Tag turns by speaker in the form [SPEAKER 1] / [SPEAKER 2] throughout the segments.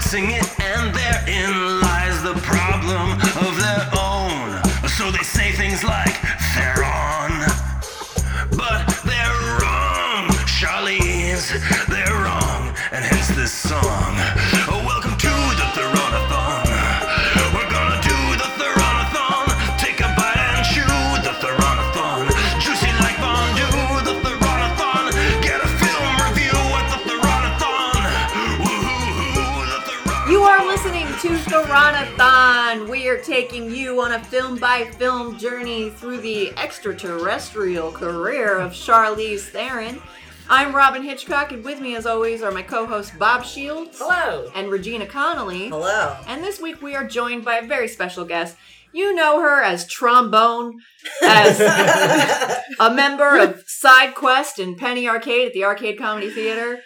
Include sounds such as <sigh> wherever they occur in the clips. [SPEAKER 1] sing it, and therein lies the problem of their own. So they say things like, they're on, but they're wrong, Charlize, they're wrong, and hence this song. Oh, welcome to the Theronathon. We're gonna do the Theronathon. Take a bite and chew the Theronathon. Juicy like fondue, the Theronathon. Get a film review at the Theronathon. Woohoo, the Theronathon.
[SPEAKER 2] You are listening to Thoronathon. We are taking you on a film by film journey through the extraterrestrial career of Charlize Theron. I'm Robin Hitchcock, and with me, as always, are my co hosts Bob Shields
[SPEAKER 3] Hello.
[SPEAKER 2] and Regina Connolly.
[SPEAKER 3] Hello.
[SPEAKER 2] And this week, we are joined by a very special guest. You know her as Trombone, as a member of SideQuest and Penny Arcade at the Arcade Comedy Theater.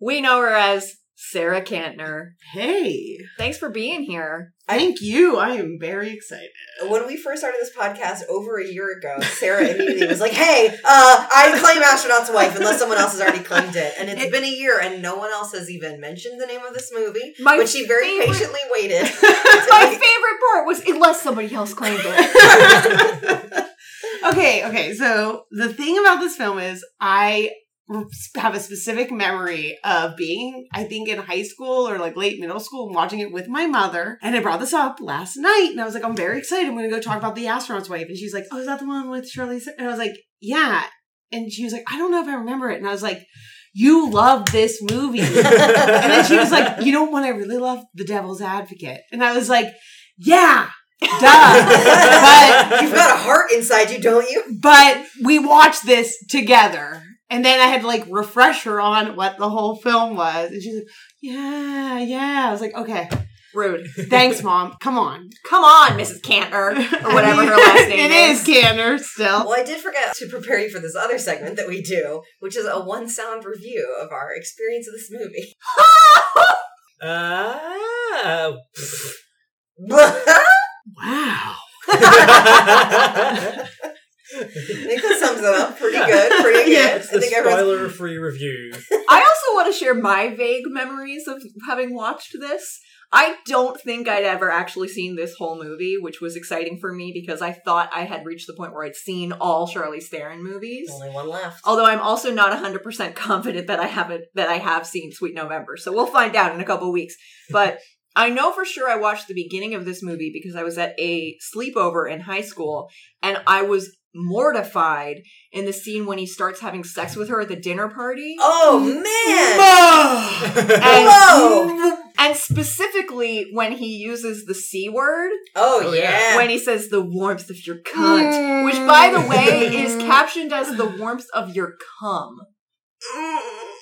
[SPEAKER 2] We know her as Sarah Kantner.
[SPEAKER 4] Hey,
[SPEAKER 2] Thanks for being here.
[SPEAKER 4] thank you. I am very excited.
[SPEAKER 3] When we first started this podcast over a year ago, Sarah immediately was like, "Hey, uh, I claim astronaut's wife unless someone else has already claimed it." And it's been a year, and no one else has even mentioned the name of this movie.
[SPEAKER 2] My
[SPEAKER 3] but <laughs> she very
[SPEAKER 2] favorite-
[SPEAKER 3] patiently waited.
[SPEAKER 2] My favorite part was unless somebody else claimed
[SPEAKER 4] <laughs>
[SPEAKER 2] it.
[SPEAKER 4] Okay, okay. So the thing about this film is I have a specific memory of being, I think, in high school or like late middle school and watching it with my mother. And I brought this up last night and I was like, I'm very excited. I'm going to go talk about The Astronaut's Wife. And she's like, Oh, is that the one with Shirley? Sa-" And I was like, Yeah. And she was like, I don't know if I remember it. And I was like, You love this
[SPEAKER 1] <laughs>
[SPEAKER 4] movie. <laughs> And then she was like, "You know what? I really love The Devil's Advocate," and I was like, "Yeah,
[SPEAKER 3] <laughs>
[SPEAKER 2] <laughs>
[SPEAKER 4] duh."
[SPEAKER 3] You've got a heart inside you, don't you?
[SPEAKER 4] But but we watched this together, and then I had to like refresh her on what the whole film was, and she's like, "Yeah, yeah." I was like, "Okay,
[SPEAKER 2] Rude.
[SPEAKER 4] thanks, mom. Come on,
[SPEAKER 2] Come on, Mrs. Cantner,
[SPEAKER 4] <laughs>
[SPEAKER 2] or whatever her
[SPEAKER 4] I
[SPEAKER 2] last
[SPEAKER 4] mean,
[SPEAKER 2] name
[SPEAKER 4] It
[SPEAKER 2] is.
[SPEAKER 4] is Canner still.
[SPEAKER 3] Well, I did forget to prepare you for this other segment that we do, which is a one sound review of our experience of this movie. <laughs> <laughs>
[SPEAKER 5] Ah.
[SPEAKER 4] Wow.
[SPEAKER 5] I
[SPEAKER 3] I think that sums it up pretty good, pretty good.
[SPEAKER 4] Yeah,
[SPEAKER 3] I
[SPEAKER 5] it's the
[SPEAKER 3] think everyone's
[SPEAKER 5] spoiler free
[SPEAKER 3] <laughs>
[SPEAKER 5] review.
[SPEAKER 2] I also want to share my vague memories of having watched this. I don't think I'd ever actually seen this whole movie, which was exciting for me because I thought I had reached the point where I'd seen all Charlize Theron movies.
[SPEAKER 3] only one left.
[SPEAKER 2] Although I'm also not 100% confident that I haven't that I have seen Sweet November. So we'll find out in a couple weeks. But I know for sure I watched the beginning of this movie because I was at a sleepover in high school and I was mortified in the scene when he starts having sex with her at the dinner party.
[SPEAKER 3] Oh
[SPEAKER 2] Mm.
[SPEAKER 3] man!
[SPEAKER 4] Whoa.
[SPEAKER 2] And,
[SPEAKER 3] Whoa!
[SPEAKER 2] and specifically when he uses the C word,
[SPEAKER 3] Oh
[SPEAKER 5] Oh,
[SPEAKER 3] yeah!
[SPEAKER 5] yeah.
[SPEAKER 2] when he says the warmth of your cunt, which by the way is captioned as the warmth of your cum.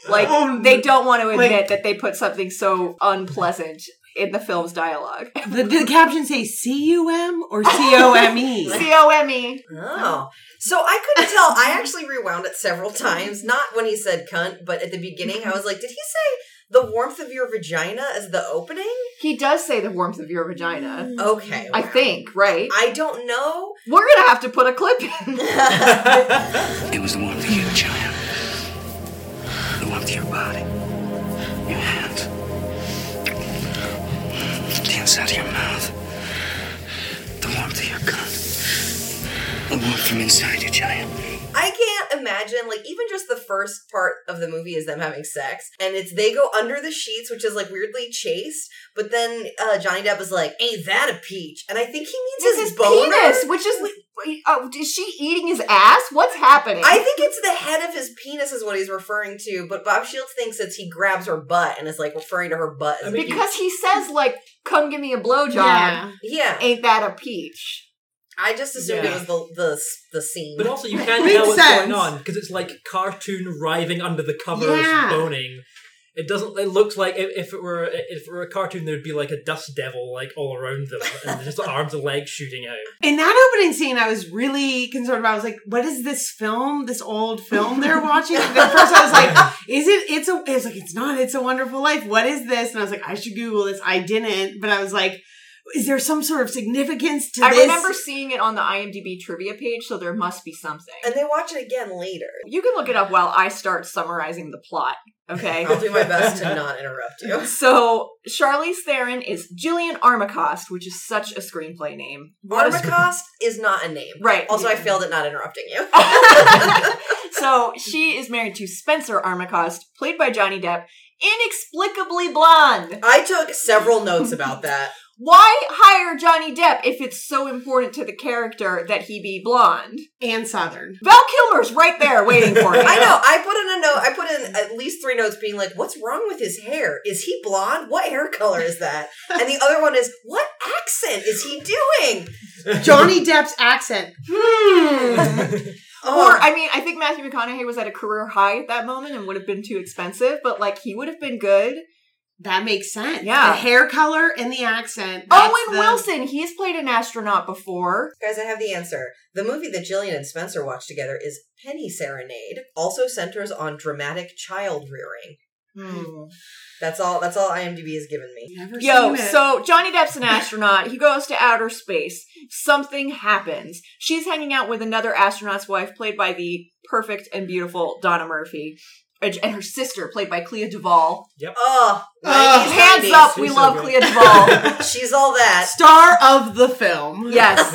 [SPEAKER 2] Like
[SPEAKER 4] Oh,
[SPEAKER 2] they don't want to admit
[SPEAKER 4] like-
[SPEAKER 2] that they put something so unpleasant in the film's dialogue.
[SPEAKER 4] the, did the caption say C U M or C O
[SPEAKER 2] <laughs>
[SPEAKER 4] M E?
[SPEAKER 2] C O M E.
[SPEAKER 3] Oh. So I couldn't tell. I actually rewound it several times. Not when he said cunt, but at the beginning, I was like, did he say the warmth of your vagina as the opening?
[SPEAKER 2] He does say the warmth of your vagina.
[SPEAKER 3] Okay.
[SPEAKER 2] I think, right?
[SPEAKER 3] I don't know.
[SPEAKER 2] We're gonna have to put a clip in.
[SPEAKER 1] It was the warmth of your child. The warmth of your body. Your hands. The inside of your mouth. The warmth of your gut. The warmth from inside your child.
[SPEAKER 3] I can't imagine, like, even just the first part of the movie is them having sex, and it's they go under the sheets, which is like weirdly chased, but then uh, Johnny Depp is like, ain't that a peach? And I think he means
[SPEAKER 2] This
[SPEAKER 3] his,
[SPEAKER 2] is
[SPEAKER 3] boner.
[SPEAKER 2] penis, which is. Oh, is she eating his ass? What's happening?
[SPEAKER 5] <laughs>
[SPEAKER 3] I think it's the head of his penis is what he's referring to, but Bob Shields thinks it's he grabs her butt and is like referring to her butt. As
[SPEAKER 5] I
[SPEAKER 3] a
[SPEAKER 5] mean,
[SPEAKER 3] penis.
[SPEAKER 2] because he says like, "Come give me a blowjob."
[SPEAKER 4] Yeah.
[SPEAKER 3] yeah,
[SPEAKER 2] Ain't that a peach?
[SPEAKER 3] I just assumed
[SPEAKER 5] Yeah.
[SPEAKER 3] it was the the the scene.
[SPEAKER 5] But also, you can't
[SPEAKER 4] Makes
[SPEAKER 5] tell what's
[SPEAKER 4] sense.
[SPEAKER 5] going on because it's like cartoon writhing under the covers,
[SPEAKER 4] Yeah.
[SPEAKER 5] boning. It doesn't. It looks like if, if it were if it were a cartoon, there'd be like a dust devil like all around them, and just arms and legs shooting out.
[SPEAKER 4] In that opening scene, I was really concerned about. I was like, "What is this film? This old film they're watching?" At first, I was like, "Is it? It's a. It's like it's not. It's a Wonderful Life. What is this?" And I was like, "I should Google this." I didn't, but I was like, Is there some sort of significance to
[SPEAKER 2] I
[SPEAKER 4] this?
[SPEAKER 2] remember seeing it on the IMDb trivia page, so there must be something.
[SPEAKER 3] And they watch it again later.
[SPEAKER 2] You can look it up while I start summarizing the plot,
[SPEAKER 3] <laughs>
[SPEAKER 2] okay?
[SPEAKER 3] I'll do my best
[SPEAKER 5] <laughs>
[SPEAKER 3] to not interrupt you.
[SPEAKER 2] so, Charlize Theron is Jillian Armacost, which is such a screenplay name. What a-
[SPEAKER 3] Armacost is not a name.
[SPEAKER 2] Right.
[SPEAKER 3] Also, I failed at not interrupting
[SPEAKER 5] <laughs>
[SPEAKER 3] you.
[SPEAKER 2] <laughs>
[SPEAKER 3] <laughs>
[SPEAKER 2] so, she is married to Spencer Armacost, played by Johnny Depp, inexplicably blonde.
[SPEAKER 3] I took several notes about
[SPEAKER 5] <laughs>
[SPEAKER 3] that.
[SPEAKER 2] Why hire Johnny Depp if it's so important to the character that he be blonde?
[SPEAKER 4] and Southern.
[SPEAKER 2] Val Kilmer's right there waiting
[SPEAKER 3] <laughs>
[SPEAKER 2] for him.
[SPEAKER 3] I know. I put in a note. I put in at least three notes, being like, "What's wrong with his hair? Is he blonde? What hair color is
[SPEAKER 5] <laughs>
[SPEAKER 3] that?" And the other one is, "What accent is he doing?"
[SPEAKER 4] Johnny Depp's accent. Hmm.
[SPEAKER 2] Or
[SPEAKER 3] Oh,
[SPEAKER 2] I mean, I think Matthew McConaughey was at a career high at that moment and would have been too expensive, but like he would have been good.
[SPEAKER 4] That makes sense.
[SPEAKER 2] Yeah.
[SPEAKER 4] The hair color and the accent. that's
[SPEAKER 2] Owen
[SPEAKER 4] the-
[SPEAKER 2] Wilson, he's played an astronaut before.
[SPEAKER 3] guys, I have the answer. The movie that Jillian and Spencer watched together is Penny Serenade. Also centers on dramatic child rearing. That's all. That's all IMDb has given me.
[SPEAKER 4] Never
[SPEAKER 2] Hmm. Yo,
[SPEAKER 4] seen it.
[SPEAKER 2] so Johnny Depp's an astronaut. He goes to outer space. Something happens. She's hanging out with another astronaut's wife, played by the perfect and beautiful Donna Murphy, and and her sister, played by Clea Duvall.
[SPEAKER 3] Oh,
[SPEAKER 4] Ugh.
[SPEAKER 3] 90s,
[SPEAKER 2] Hands
[SPEAKER 3] 90s.
[SPEAKER 2] up, we
[SPEAKER 5] She's so
[SPEAKER 2] love
[SPEAKER 5] good.
[SPEAKER 2] Clea Duvall.
[SPEAKER 3] <laughs> She's all that.
[SPEAKER 4] star of the film.
[SPEAKER 2] Yes.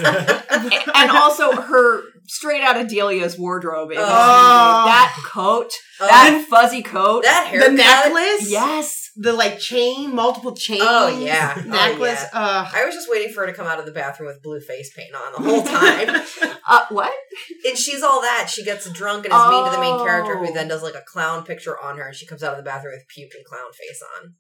[SPEAKER 2] A- <laughs> and also her straight out of Delia's wardrobe. in this
[SPEAKER 3] Oh.
[SPEAKER 2] movie. That coat,
[SPEAKER 3] Oh,
[SPEAKER 2] that fuzzy coat.
[SPEAKER 3] that hair.
[SPEAKER 4] The necklace.
[SPEAKER 2] yes.
[SPEAKER 4] The like chain, multiple chains.
[SPEAKER 3] Oh, yeah. Oh,
[SPEAKER 4] Necklace.
[SPEAKER 3] yeah.
[SPEAKER 4] Ugh.
[SPEAKER 3] I was just waiting for her to come out of the bathroom with blue face paint on the whole
[SPEAKER 4] <laughs>
[SPEAKER 3] time.
[SPEAKER 2] Uh, what?
[SPEAKER 3] and she's all that. She gets drunk and is mean to the main character,
[SPEAKER 2] Oh.
[SPEAKER 3] who then does like a clown picture on her, and she comes out of the bathroom with puke and clown face on.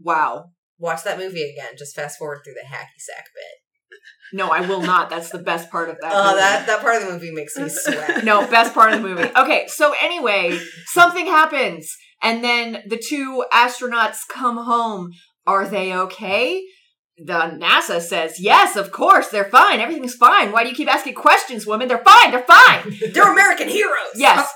[SPEAKER 2] Wow.
[SPEAKER 3] Watch that movie again. Just fast forward through the hacky sack bit.
[SPEAKER 2] No, I will not. That's the best part of that.
[SPEAKER 3] Oh,
[SPEAKER 2] movie.
[SPEAKER 3] that that part of the movie makes me sweat.
[SPEAKER 2] No, best part of the movie. Okay, so anyway, something happens, and then the two astronauts come home. Are they okay? The NASA says, yes, of course, they're fine. Everything's fine. Why do you keep asking questions, women? They're fine. They're
[SPEAKER 3] <laughs>
[SPEAKER 2] fine.
[SPEAKER 3] They're American heroes.
[SPEAKER 2] Yes.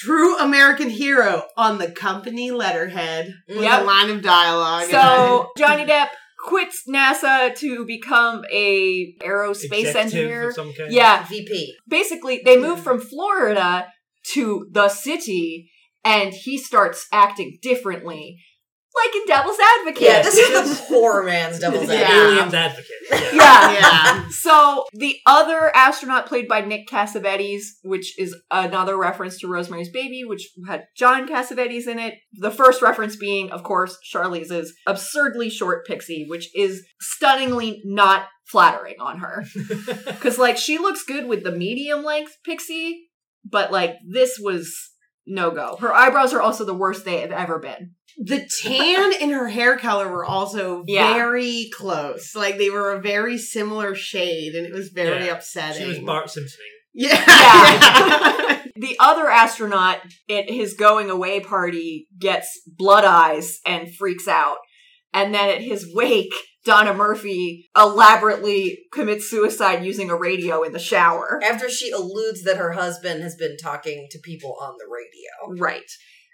[SPEAKER 4] True American hero on the company letterhead with
[SPEAKER 2] Yep.
[SPEAKER 4] a line of dialogue.
[SPEAKER 2] So Johnny Depp quits NASA to become a aerospace
[SPEAKER 5] Executive
[SPEAKER 2] engineer.
[SPEAKER 5] of some kind.
[SPEAKER 2] Yeah,
[SPEAKER 3] VP.
[SPEAKER 2] basically they move from Florida to the city, and he starts acting differently, like in Devil's Advocate.
[SPEAKER 3] Yeah, this is the poor man's
[SPEAKER 5] <laughs>
[SPEAKER 3] devil's
[SPEAKER 5] The
[SPEAKER 4] Yeah.
[SPEAKER 3] advocate.
[SPEAKER 5] alien's advocate. Yeah.
[SPEAKER 2] <laughs> yeah.
[SPEAKER 4] <laughs> yeah.
[SPEAKER 2] So the other astronaut played by Nick Cassavetes, which is another reference to Rosemary's Baby, which had John Cassavetes in it. The first reference being, of course, Charlize's absurdly short pixie, which is stunningly not flattering on her. Because like she looks good with the medium length pixie, but like this was no go. Her eyebrows are also the worst they have ever been.
[SPEAKER 4] The tan and her hair color were also
[SPEAKER 2] Yeah.
[SPEAKER 4] very close. Like they were a very similar shade, and it was very
[SPEAKER 5] Yeah.
[SPEAKER 4] upsetting.
[SPEAKER 5] She was Bart Simpson.
[SPEAKER 4] yeah.
[SPEAKER 2] Yeah. The other astronaut at his going away party gets blood eyes and freaks out. And then at his wake, Donna Murphy elaborately commits suicide using a radio in the shower.
[SPEAKER 3] After she alludes that her husband has been talking to people on the radio.
[SPEAKER 2] Right.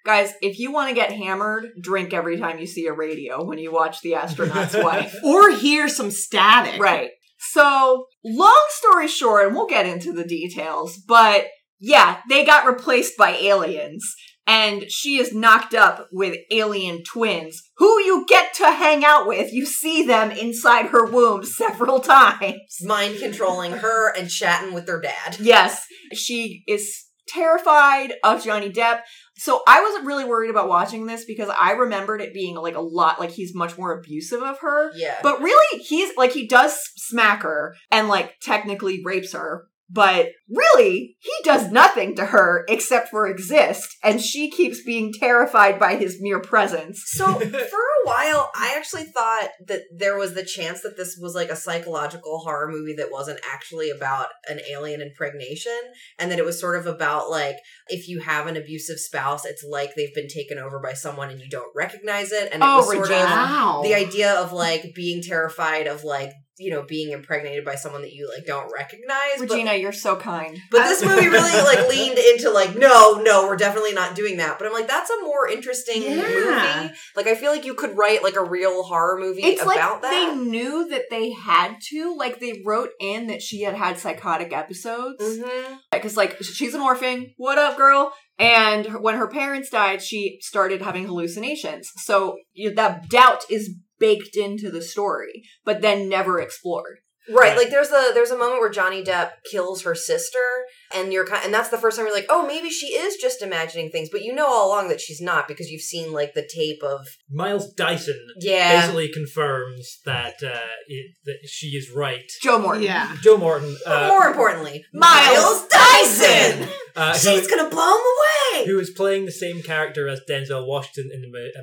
[SPEAKER 2] Guys, if you want to get hammered, drink every time you see a radio when you watch The Astronaut's Wife.
[SPEAKER 4] <laughs> or hear some static.
[SPEAKER 2] Right. So, long story short, and we'll get into the details, but yeah, they got replaced by aliens. And she is knocked up with alien twins, who you get to hang out with. You see them inside her womb <laughs> several times.
[SPEAKER 3] Mind controlling her and chatting with their dad.
[SPEAKER 2] Yes, she is terrified of Johnny Depp. So I wasn't really worried about watching this because I remembered it being like a lot, like he's much more abusive of her.
[SPEAKER 3] Yeah.
[SPEAKER 2] But really, he's like he does smack her and like technically rapes her, but really he does nothing to her except for exist, and she keeps being terrified by his mere presence.
[SPEAKER 3] So for a while, I actually thought that there was the chance that this was like a psychological horror movie that wasn't actually about an alien impregnation, and that it was sort of about like if you have an abusive spouse, it's like they've been taken over by someone and you don't recognize it, and it
[SPEAKER 2] Oh,
[SPEAKER 3] was sort
[SPEAKER 2] Regina.
[SPEAKER 3] of
[SPEAKER 4] Wow.
[SPEAKER 3] the idea of like being terrified of like you know being impregnated by someone that you like don't recognize. but-
[SPEAKER 2] Regina, you're so kind.
[SPEAKER 3] But this movie really like leaned into like, no, no, we're definitely not doing that. But I'm like, that's a more interesting
[SPEAKER 4] Yeah.
[SPEAKER 3] movie. Like, I feel like you could write like a real horror movie
[SPEAKER 2] It's
[SPEAKER 3] about
[SPEAKER 2] like
[SPEAKER 3] that.
[SPEAKER 2] they knew that they had to. Like they wrote in that she had had psychotic episodes.
[SPEAKER 3] Mhm.
[SPEAKER 2] because like she's an orphan what up girl and her- when her parents died she started having hallucinations so you, that doubt is baked into the story but then never explored
[SPEAKER 3] Right,
[SPEAKER 5] Right.
[SPEAKER 3] like there's a there's a moment where Johnny Depp kills her sister, and you're kind, and that's the first time you're like, oh, maybe she is just imagining things, but you know all along that she's not because you've seen like the tape of
[SPEAKER 5] Miles Dyson
[SPEAKER 3] yeah,
[SPEAKER 5] basically confirms that uh, it, that she is right.
[SPEAKER 2] joe morton
[SPEAKER 4] Yeah.
[SPEAKER 5] Joe Morton, uh,
[SPEAKER 3] more importantly,
[SPEAKER 2] Miles Dyson!
[SPEAKER 5] uh, who-
[SPEAKER 3] she's gonna blow him away.
[SPEAKER 5] who is playing the same character as Denzel Washington in the Ma- a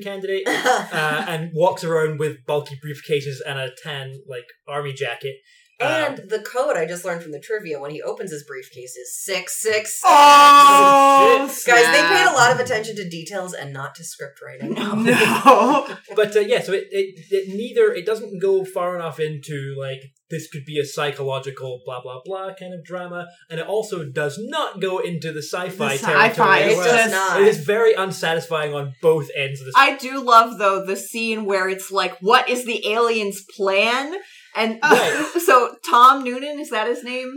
[SPEAKER 4] <laughs>
[SPEAKER 5] Candidate, uh, and walks around with bulky briefcases and a tan like army jacket. Um,
[SPEAKER 3] And the code I just learned from the trivia when he opens his briefcase is six six.
[SPEAKER 4] Oh,
[SPEAKER 3] Guys, they
[SPEAKER 4] snap.
[SPEAKER 3] paid a lot of attention to details and not to script writing.
[SPEAKER 4] <laughs> No.
[SPEAKER 5] but uh, yeah, so it, it, it neither it doesn't go far enough into like this could be a psychological blah blah blah kind of drama, and it also does not go into the sci-fi
[SPEAKER 4] The
[SPEAKER 5] territory.
[SPEAKER 4] sci-fi.
[SPEAKER 5] as
[SPEAKER 3] It
[SPEAKER 5] well.
[SPEAKER 3] does
[SPEAKER 4] just-
[SPEAKER 3] not.
[SPEAKER 5] <laughs> It is very unsatisfying on both ends of the
[SPEAKER 2] i do love though the scene where it's like what is the alien's plan and
[SPEAKER 5] Right.
[SPEAKER 2] <laughs> so tom noonan is that his name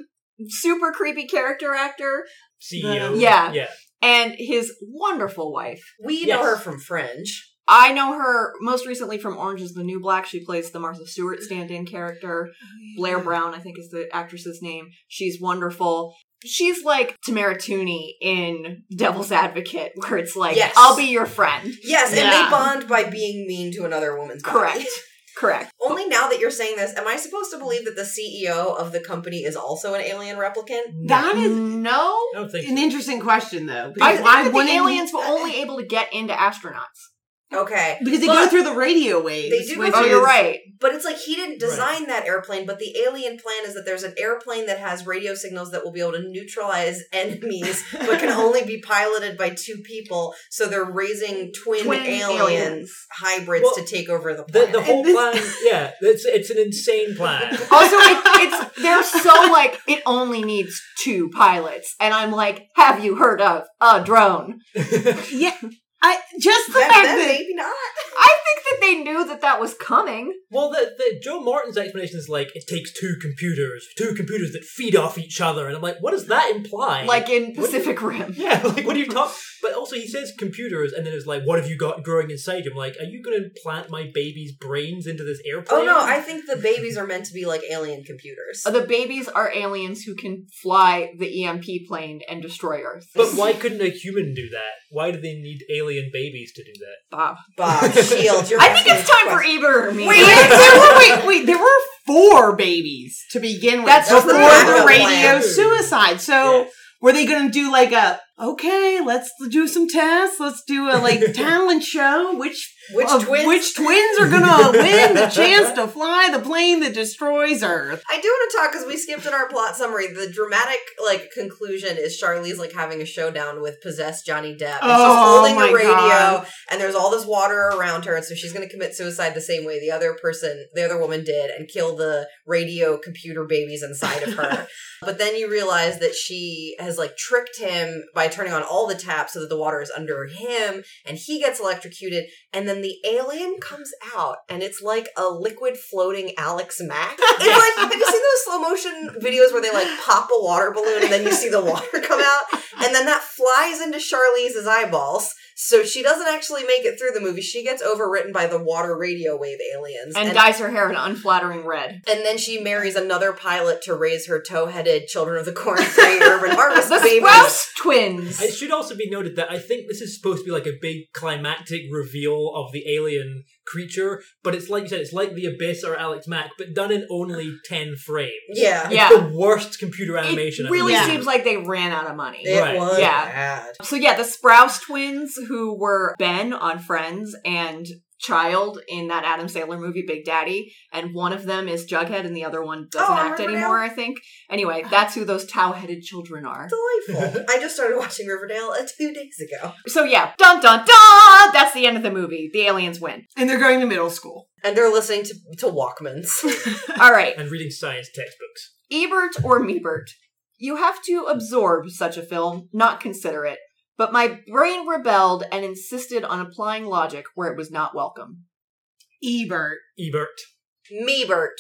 [SPEAKER 2] super creepy character actor
[SPEAKER 4] uh,
[SPEAKER 5] CEO.
[SPEAKER 2] Yeah.
[SPEAKER 5] E yeah.
[SPEAKER 2] and his wonderful wife
[SPEAKER 3] We
[SPEAKER 5] Yes.
[SPEAKER 3] know her from Fringe.
[SPEAKER 2] I know her most recently from Orange is the New Black. She plays the Martha Stewart stand in character. Blair Brown, I think, is the actress's name. She's wonderful. She's like Tamara Tooney in Devil's Advocate, where it's like,
[SPEAKER 3] Yes.
[SPEAKER 2] I'll be your friend.
[SPEAKER 3] Yes, and
[SPEAKER 4] Yeah.
[SPEAKER 3] they bond by being mean to another woman's body.
[SPEAKER 2] Correct. Correct.
[SPEAKER 3] <laughs> Only now that you're saying this, am I supposed to believe that the CEO of the company is also an alien replicant?
[SPEAKER 4] That is
[SPEAKER 2] No.
[SPEAKER 5] Mm. I don't think
[SPEAKER 4] an interesting question, though.
[SPEAKER 2] I
[SPEAKER 4] Because
[SPEAKER 2] think
[SPEAKER 4] why
[SPEAKER 2] that the
[SPEAKER 4] wouldn't you-
[SPEAKER 2] aliens were only able to get into astronauts.
[SPEAKER 3] Okay.
[SPEAKER 4] Because they
[SPEAKER 2] But-
[SPEAKER 4] go through the radio waves.
[SPEAKER 3] They do go
[SPEAKER 4] which
[SPEAKER 2] Oh,
[SPEAKER 4] is-
[SPEAKER 2] you're right.
[SPEAKER 3] But it's like he didn't design that airplane, but the alien plan is that there's an airplane that has radio signals that will be able to neutralize <laughs> enemies, but can only be piloted by two people. So they're raising twin,
[SPEAKER 2] Twin
[SPEAKER 3] alien
[SPEAKER 2] aliens.
[SPEAKER 3] hybrids
[SPEAKER 5] Well,
[SPEAKER 3] to take over the
[SPEAKER 5] the,
[SPEAKER 3] planet.
[SPEAKER 5] <laughs> the
[SPEAKER 4] And
[SPEAKER 5] whole
[SPEAKER 4] this-
[SPEAKER 5] plan.
[SPEAKER 4] <laughs>
[SPEAKER 5] Yeah, it's it's an insane plan.
[SPEAKER 2] <laughs> Also, it, it's they're so like it only needs two pilots, and I'm like, have you heard of a drone?
[SPEAKER 4] Yeah. I, just the
[SPEAKER 3] Back
[SPEAKER 4] fact
[SPEAKER 3] then,
[SPEAKER 4] that
[SPEAKER 3] maybe not.
[SPEAKER 2] I think that they knew that that was coming.
[SPEAKER 5] Well, the, the Joe Martin's explanation is like it takes two computers, two computers that feed off each other, and I'm like, what does that imply?
[SPEAKER 2] like in
[SPEAKER 5] What-
[SPEAKER 2] Pacific Rim.
[SPEAKER 5] <laughs> yeah, like what do you talk? But also, he says computers, and then it's like, what have you got growing inside you? I'm like, are you going to implant my baby's brains into this airplane?
[SPEAKER 3] Oh no, I think the babies are meant to be like alien computers.
[SPEAKER 2] Uh, The babies are aliens who can fly the EMP plane and destroy Earth.
[SPEAKER 5] But why couldn't a human do that? Why do they need alien babies to do that?
[SPEAKER 2] Bob,
[SPEAKER 3] Bob, Shield, you're
[SPEAKER 2] I think it's
[SPEAKER 3] asking
[SPEAKER 2] time for
[SPEAKER 3] questions.
[SPEAKER 2] Eber. or me.
[SPEAKER 4] Wait, wait, <laughs> there were, wait, wait, there were four babies to begin with.
[SPEAKER 2] That's
[SPEAKER 4] before
[SPEAKER 2] the
[SPEAKER 4] the
[SPEAKER 3] backup
[SPEAKER 4] radio
[SPEAKER 5] plan.
[SPEAKER 4] suicide. So were they going to do like a okay? Let's do some tests. Let's do a like talent show. Which
[SPEAKER 3] which
[SPEAKER 4] of
[SPEAKER 3] twins?
[SPEAKER 4] Which twins are going to win the chance to fly the plane that destroys Earth?
[SPEAKER 3] I do want to talk because we skipped in our plot summary. The dramatic like conclusion is Charlie's like having a showdown with possessed Johnny Depp. And
[SPEAKER 4] Oh,
[SPEAKER 3] she's holding
[SPEAKER 4] my
[SPEAKER 3] the radio,
[SPEAKER 4] God.
[SPEAKER 3] and there's all this water around her, and so she's going to commit suicide the same way the other person, the other woman did, and kill the radio computer babies inside of her. but then you realize that she has like tricked him by turning on all the taps so that the water is under him, and he gets electrocuted, and then the alien comes out, and it's like a liquid floating Alex Mack. It's like, have you seen those slow motion videos where they like pop a water balloon and then you see the water come out? And then that flies into Charlize's eyeballs. So she doesn't actually make it through the movie. She gets overwritten by the water radio wave aliens.
[SPEAKER 2] and dyes her hair an unflattering red.
[SPEAKER 3] and then she marries another pilot to raise her tow headed Children of the Corn 3 <laughs> Urban
[SPEAKER 2] <laughs>
[SPEAKER 3] Harvest
[SPEAKER 2] The
[SPEAKER 3] babies.
[SPEAKER 2] Sprouse twins.
[SPEAKER 5] It should also be noted that I think this is supposed to be like a big climactic reveal of the alien creature, but it's like you said, it's like The Abyss or Alex Mack, but done in only 10 frames.
[SPEAKER 3] Yeah.
[SPEAKER 2] Yeah.
[SPEAKER 5] It's the worst computer animation
[SPEAKER 2] It
[SPEAKER 5] I've
[SPEAKER 2] really
[SPEAKER 5] ever
[SPEAKER 4] Yeah.
[SPEAKER 2] seems like they ran out of money.
[SPEAKER 3] It
[SPEAKER 5] Right.
[SPEAKER 3] was
[SPEAKER 2] Yeah.
[SPEAKER 3] bad.
[SPEAKER 2] So yeah, the Sprouse twins who were Ben on Friends and child in that Adam Sandler movie Big Daddy, and one of them is Jughead, and the other one doesn't
[SPEAKER 3] Oh, I
[SPEAKER 2] act
[SPEAKER 3] remember
[SPEAKER 2] anymore. I think. Anyway, that's who those tow-headed children are.
[SPEAKER 3] Delightful. I just started watching Riverdale uh, two days ago.
[SPEAKER 2] So yeah, dun dun dun. That's the end of the movie. The aliens
[SPEAKER 4] <laughs>
[SPEAKER 2] win.
[SPEAKER 4] And they're going to middle school.
[SPEAKER 3] And they're listening to, to Walkmans. <laughs>
[SPEAKER 2] All right,
[SPEAKER 5] and reading science textbooks.
[SPEAKER 2] Ebert or Meebert. You have to absorb such a film, not consider it. But my brain rebelled and insisted on applying logic where it was not welcome.
[SPEAKER 4] Ebert.
[SPEAKER 5] Ebert.
[SPEAKER 3] Meebert.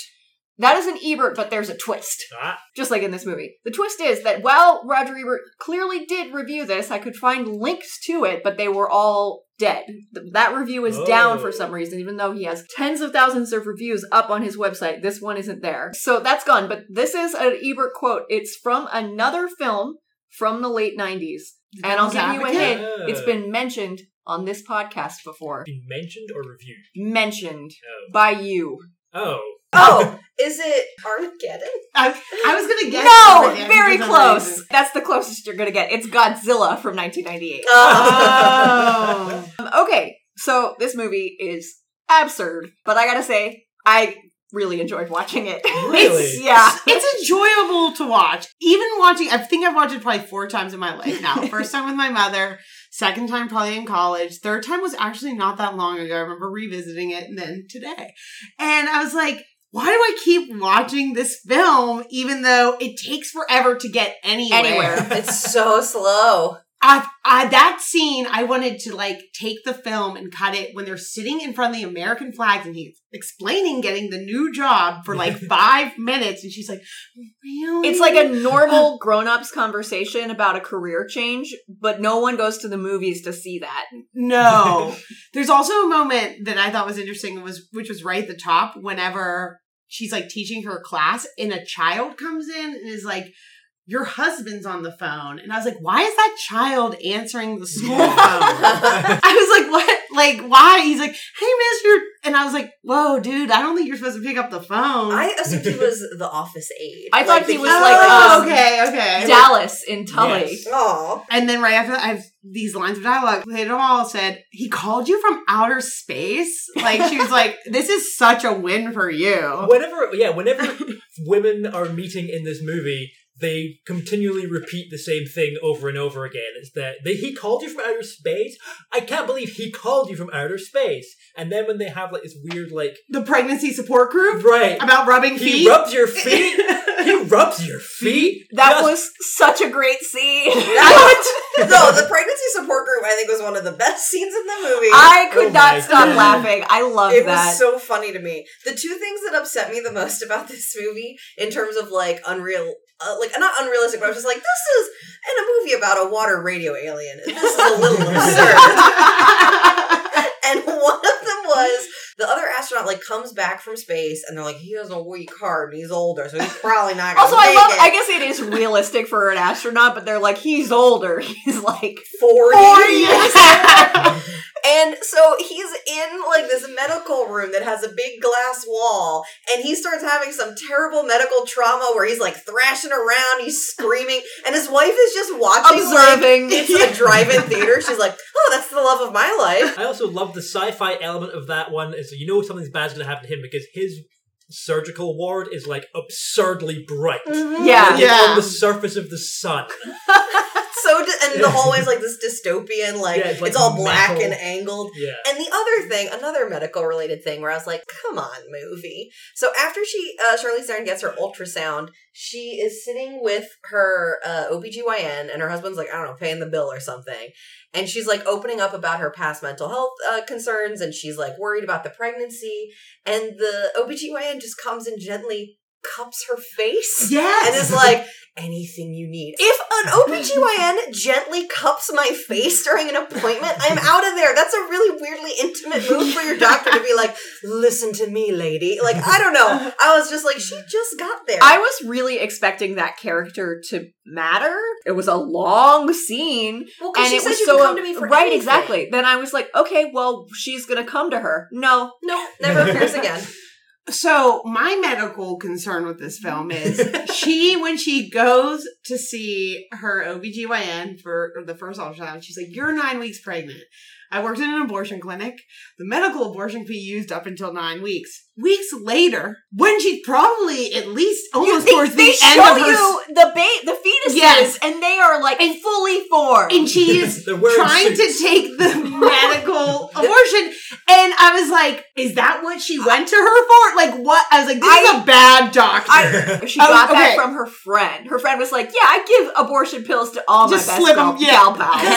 [SPEAKER 2] That is an Ebert, but there's a twist.
[SPEAKER 5] Ah,
[SPEAKER 2] just like in this movie. The twist is that while Roger Ebert clearly did review this, I could find links to it, but they were all dead. Th- That review is down
[SPEAKER 5] Oh.
[SPEAKER 2] for some reason, even though he has tens of thousands of reviews up on his website. This one isn't there. So that's gone, but this is an Ebert quote. It's from another film from the late 90s. And I'll give you a
[SPEAKER 4] Advocate.
[SPEAKER 2] hint. It's been mentioned on this podcast before.
[SPEAKER 5] Been mentioned or reviewed?
[SPEAKER 2] Mentioned
[SPEAKER 5] No.
[SPEAKER 2] by you.
[SPEAKER 5] Oh.
[SPEAKER 4] <laughs>
[SPEAKER 2] <laughs>
[SPEAKER 3] Oh, is it Armageddon?
[SPEAKER 4] I, I was going to guess.
[SPEAKER 2] No,
[SPEAKER 4] Armageddon
[SPEAKER 2] very
[SPEAKER 4] for some
[SPEAKER 2] close.
[SPEAKER 4] reason.
[SPEAKER 2] That's the closest you're going to get. It's Godzilla from 1998. Uh,
[SPEAKER 4] <laughs> Oh.
[SPEAKER 2] Um, okay, so this movie is absurd, but I gotta say, I really enjoyed watching it. <laughs>
[SPEAKER 5] Really?
[SPEAKER 2] yeah.
[SPEAKER 4] it's enjoyable to watch. Even watching, I think I've watched it probably four times in my life now.
[SPEAKER 2] <laughs>
[SPEAKER 4] First time with my mother, second time probably in college, third time was actually not that long ago. I remember revisiting it and then today. And I was like, why do I keep watching this film even though it takes forever to get anywhere?
[SPEAKER 2] Anywhere.
[SPEAKER 3] <laughs> It's so slow.
[SPEAKER 4] I, I, that scene, I wanted to like take the film and cut it when they're sitting in front of the American flags and he's explaining getting the new job for
[SPEAKER 2] <laughs>
[SPEAKER 4] like five minutes. And she's like, really?
[SPEAKER 2] It's like a normal grown ups conversation about a career change, but no one goes to the movies to see that.
[SPEAKER 4] No. <laughs> There's also a moment that I thought was interesting was which was right at the top whenever she's like teaching her class and a child comes in and is like your husband's on the phone and I was like why is that child answering
[SPEAKER 2] <laughs>
[SPEAKER 4] the school phone? <laughs> I was like what? Like why? He's like hey mister and I was like whoa dude I don't think you're supposed to pick up the phone.
[SPEAKER 3] I assumed he was the office aide.
[SPEAKER 2] I thought
[SPEAKER 3] the
[SPEAKER 2] he was
[SPEAKER 3] kid-
[SPEAKER 2] like,
[SPEAKER 4] oh,
[SPEAKER 2] um,
[SPEAKER 4] okay, okay.
[SPEAKER 2] Dallas in Tully.
[SPEAKER 5] Yes.
[SPEAKER 3] <laughs> Aw.
[SPEAKER 4] And then right after that, I have these lines of dialogue. They all said, He called you from outer space. Like, she was like, <laughs> This is such a win for you.
[SPEAKER 5] Whenever, yeah, whenever women are meeting in this movie, they continually repeat the same thing over and over again. It's that they, he called you from outer space. I can't believe he called you from outer space. And then when they have like this weird like
[SPEAKER 4] The pregnancy support group
[SPEAKER 5] right,
[SPEAKER 4] about rubbing
[SPEAKER 5] he
[SPEAKER 4] <laughs> feet.
[SPEAKER 5] rubs your feet. he rubs your feet.
[SPEAKER 2] That
[SPEAKER 5] Just-
[SPEAKER 2] was such a great scene. <laughs>
[SPEAKER 3] No, the pregnancy support group I think was one of the best <laughs> scenes in the movie.
[SPEAKER 2] I could
[SPEAKER 5] Oh my
[SPEAKER 2] not stop
[SPEAKER 5] God.
[SPEAKER 2] laughing. I love
[SPEAKER 3] it
[SPEAKER 2] that.
[SPEAKER 3] was so funny to me. The two things that upset me the most about <laughs> this movie, in terms of like unreal, uh, like not unrealistic, but I was just like, this is in a movie about a water radio alien. This is
[SPEAKER 2] <laughs>
[SPEAKER 3] a little absurd. And one of them was the other astronaut like comes back from space, and they're like, he has a weak heart, and he's older, so he's probably not. Gonna
[SPEAKER 2] also, I
[SPEAKER 3] make
[SPEAKER 2] love.
[SPEAKER 3] it.
[SPEAKER 2] I guess it is realistic for an astronaut, but they're like, he's older. <laughs> He's like
[SPEAKER 3] 40.
[SPEAKER 4] Four years.
[SPEAKER 3] And so he's in like this medical room that has a big glass wall, and he starts having some terrible medical trauma where he's like thrashing around, he's screaming, and his wife is just watching.
[SPEAKER 2] observing.
[SPEAKER 3] Like, <laughs> it's a drive-in theater. She's like, "Oh, that's the love of my life."
[SPEAKER 5] I also love the sci-fi element of that one. Is you know something's bad's going to happen to him because his surgical ward is like absurdly bright.
[SPEAKER 2] yeah.
[SPEAKER 5] Like,
[SPEAKER 4] Mm. Yeah.
[SPEAKER 5] on the surface of the sun.
[SPEAKER 3] So, di- and the hallway's like this dystopian, like,
[SPEAKER 5] Yeah,
[SPEAKER 3] it's,
[SPEAKER 5] it's, like,
[SPEAKER 3] all black
[SPEAKER 5] metal.
[SPEAKER 3] and angled.
[SPEAKER 5] Yeah.
[SPEAKER 3] And the other thing, another medical related thing, where I was like, "Come on, movie." So after she uh, Charlize Theron gets her ultrasound, she is sitting with her uh, OBGYN, and her husband's like, "I don't know, paying the bill or something." And she's like opening up about her past mental health uh, concerns, and she's like worried about the pregnancy. And the OBGYN just comes and gently cups her
[SPEAKER 4] <laughs>
[SPEAKER 3] face.
[SPEAKER 4] <laughs> Yes.
[SPEAKER 3] And is like, anything you need. If an OBGYN gently cups my face during an appointment, I'm out of there. That's a really weirdly intimate move for your doctor to be like, listen to me, lady. Like, I don't know. I was just like, she just got there.
[SPEAKER 2] I was really expecting that character to matter. It was a long scene,
[SPEAKER 3] well,
[SPEAKER 2] and
[SPEAKER 3] because she
[SPEAKER 2] it
[SPEAKER 3] said
[SPEAKER 2] was
[SPEAKER 3] you
[SPEAKER 2] so
[SPEAKER 3] could come to me for
[SPEAKER 2] right.
[SPEAKER 3] anything.
[SPEAKER 2] Exactly. Then I was like, okay, well, she's gonna come to her. No,
[SPEAKER 3] No, never appears again.
[SPEAKER 4] So my medical concern with this film
[SPEAKER 2] <laughs>
[SPEAKER 4] is she, when she goes to see her OBGYN for the first ultrasound, she's like, you're nine weeks pregnant. I worked in an abortion clinic. The medical abortion fee used up until nine weeks. Weeks later, when she's probably at least almost
[SPEAKER 2] they,
[SPEAKER 4] towards
[SPEAKER 2] they
[SPEAKER 4] the end
[SPEAKER 2] show
[SPEAKER 4] of her,
[SPEAKER 2] you the ba- the fetuses,
[SPEAKER 4] Yes.
[SPEAKER 2] and they are like
[SPEAKER 4] And-
[SPEAKER 2] fully formed.
[SPEAKER 4] and
[SPEAKER 2] <laughs>
[SPEAKER 4] she's
[SPEAKER 5] <laughs> They're wearing
[SPEAKER 4] trying
[SPEAKER 5] suits.
[SPEAKER 4] to take the medical abortion. And I was like, is that what she went to her for? Like, what? I was like, this is a bad doctor.
[SPEAKER 2] I, she
[SPEAKER 4] Oh,
[SPEAKER 2] got that
[SPEAKER 4] okay.
[SPEAKER 2] from her friend. Her friend was like, "Yeah, I give abortion pills to all
[SPEAKER 4] Just
[SPEAKER 2] my best
[SPEAKER 4] slip
[SPEAKER 2] gal,
[SPEAKER 4] 'em, yeah.
[SPEAKER 2] gal pals."
[SPEAKER 3] Because
[SPEAKER 4] <laughs>
[SPEAKER 3] the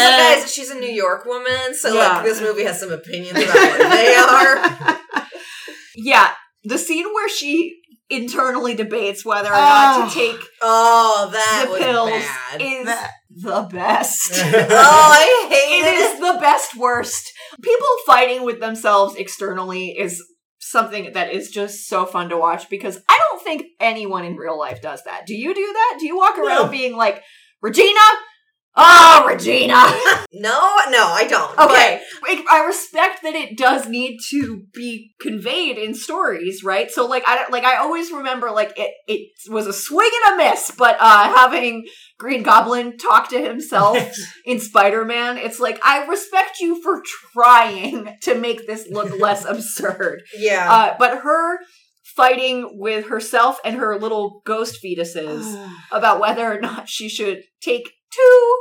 [SPEAKER 3] guys, she's a New York woman, so
[SPEAKER 2] Yeah.
[SPEAKER 3] like this movie has some opinions about where they are.
[SPEAKER 2] Yeah, the scene where she internally debates whether or not
[SPEAKER 4] Oh.
[SPEAKER 2] to take
[SPEAKER 3] Oh, that
[SPEAKER 2] the
[SPEAKER 3] was
[SPEAKER 2] pills
[SPEAKER 3] bad.
[SPEAKER 2] is
[SPEAKER 4] That-
[SPEAKER 2] the
[SPEAKER 4] <laughs>
[SPEAKER 2] best.
[SPEAKER 3] oh, I
[SPEAKER 2] <laughs>
[SPEAKER 3] hate
[SPEAKER 2] it is the best worst. People fighting with themselves externally is something that is just so fun to watch because I don't think anyone in real life does that. Do you do that? Do you walk around
[SPEAKER 5] No.
[SPEAKER 2] being like, Regina? Oh, Regina.
[SPEAKER 3] No, no, I don't.
[SPEAKER 2] Okay. Like, I respect that it does need to be conveyed in stories, right? So like I don't like I always remember like it it was a swing and a miss, but uh having Green Goblin talk to
[SPEAKER 4] Oh.
[SPEAKER 5] <laughs>
[SPEAKER 2] himself in Spider-Man, it's like I respect you for trying <laughs> to make this look <laughs> less absurd.
[SPEAKER 3] But, yeah.
[SPEAKER 2] Uh but her fighting with herself and her little ghost fetuses <sighs> about whether or not she should take two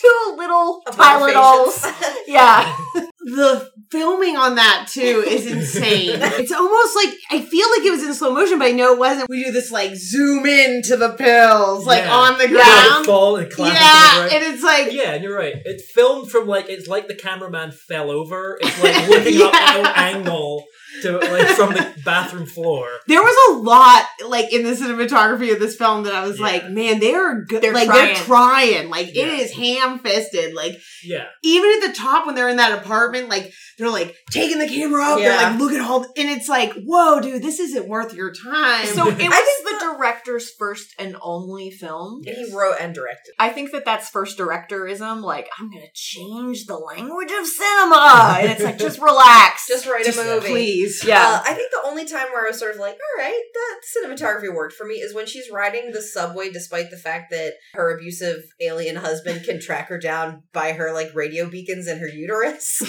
[SPEAKER 2] two little Tylenols
[SPEAKER 3] Abominations.
[SPEAKER 2] <laughs> yeah.
[SPEAKER 4] the filming on that too is insane. it's almost like I feel like it was in slow motion, but I know it wasn't. We do this like zoom in to the pills, like
[SPEAKER 5] Yeah.
[SPEAKER 4] on the
[SPEAKER 5] yeah.
[SPEAKER 4] ground.
[SPEAKER 5] fall and clap.
[SPEAKER 4] Yeah,
[SPEAKER 5] and
[SPEAKER 4] and it's like
[SPEAKER 5] Yeah, you're right. It's filmed from like it's like the cameraman fell over. It's like looking
[SPEAKER 4] <laughs>
[SPEAKER 5] up
[SPEAKER 4] Yeah.
[SPEAKER 5] at no angle to like from the bathroom floor.
[SPEAKER 4] there was a lot like in the cinematography of this film that I was
[SPEAKER 5] Yeah.
[SPEAKER 4] like, man, they are good.
[SPEAKER 2] They're
[SPEAKER 4] like they're trying. Like
[SPEAKER 5] Yeah.
[SPEAKER 4] it is ham fisted. Like
[SPEAKER 5] Yeah,
[SPEAKER 4] even at the top when they're in that apartment, like they're like taking the camera off. They're
[SPEAKER 3] Yeah.
[SPEAKER 4] like, look at all, and it's like, whoa, dude, this isn't worth your time.
[SPEAKER 2] So
[SPEAKER 4] <laughs>
[SPEAKER 2] it was
[SPEAKER 3] think
[SPEAKER 2] the director's first and only film.
[SPEAKER 5] Yes.
[SPEAKER 3] <laughs> He wrote and directed.
[SPEAKER 2] I think that that's first directorism. Like, I'm going to change the language of cinema. And it's like, <laughs> just relax.
[SPEAKER 3] Just write
[SPEAKER 5] Just
[SPEAKER 3] a <laughs> movie.
[SPEAKER 4] please,
[SPEAKER 2] yeah.
[SPEAKER 3] Uh, I think the only time where I was sort of like, all right, that cinematography worked for me is when she's riding the subway, despite the fact that her abusive alien husband can track her down by her like radio beacons and
[SPEAKER 2] <laughs>
[SPEAKER 3] her uterus.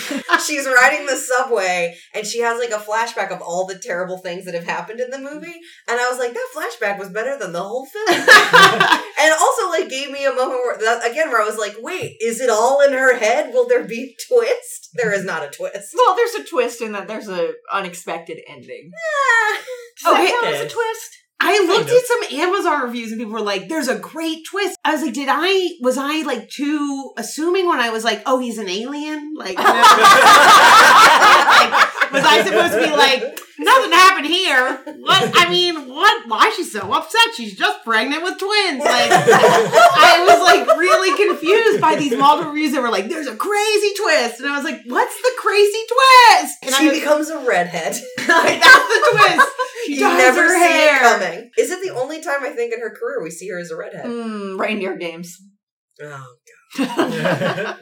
[SPEAKER 3] she's riding the subway and she has like a flashback of all the terrible things that have happened in the movie. And I was like, that flashback was better than the
[SPEAKER 2] <laughs>
[SPEAKER 3] whole film. And also, like, gave me a moment where, that, again, where I was like, wait, is it all in her head? Will there be a twist? There is not a twist.
[SPEAKER 2] well, there's a twist in that there's a unexpected ending.
[SPEAKER 3] Ah.
[SPEAKER 2] Does that
[SPEAKER 4] Okay.
[SPEAKER 2] count as a
[SPEAKER 5] Yes.
[SPEAKER 2] <laughs> twist?
[SPEAKER 4] I looked
[SPEAKER 5] of.
[SPEAKER 4] at some Amazon reviews and people were like, there's a great twist. I was like, did I, was I like too assuming when I was like, oh, he's an alien? Like, <laughs> no. Like, was I supposed to be like, nothing happened here? What? I mean, what? Why is she so upset? She's just pregnant with twins. Like, <laughs> I was like really confused by these multiple reviews that were like, there's a crazy twist. And I was like, what's the crazy twist? And
[SPEAKER 3] she
[SPEAKER 4] I was
[SPEAKER 3] becomes a redhead.
[SPEAKER 4] like, that's the twist. She
[SPEAKER 3] <laughs> You
[SPEAKER 4] dyes
[SPEAKER 3] never
[SPEAKER 4] her
[SPEAKER 3] see
[SPEAKER 4] hair.
[SPEAKER 3] it coming. Is it the only time I think in her career we see her as a redhead?
[SPEAKER 2] Mm, reindeer games.
[SPEAKER 3] Oh.
[SPEAKER 5] <laughs>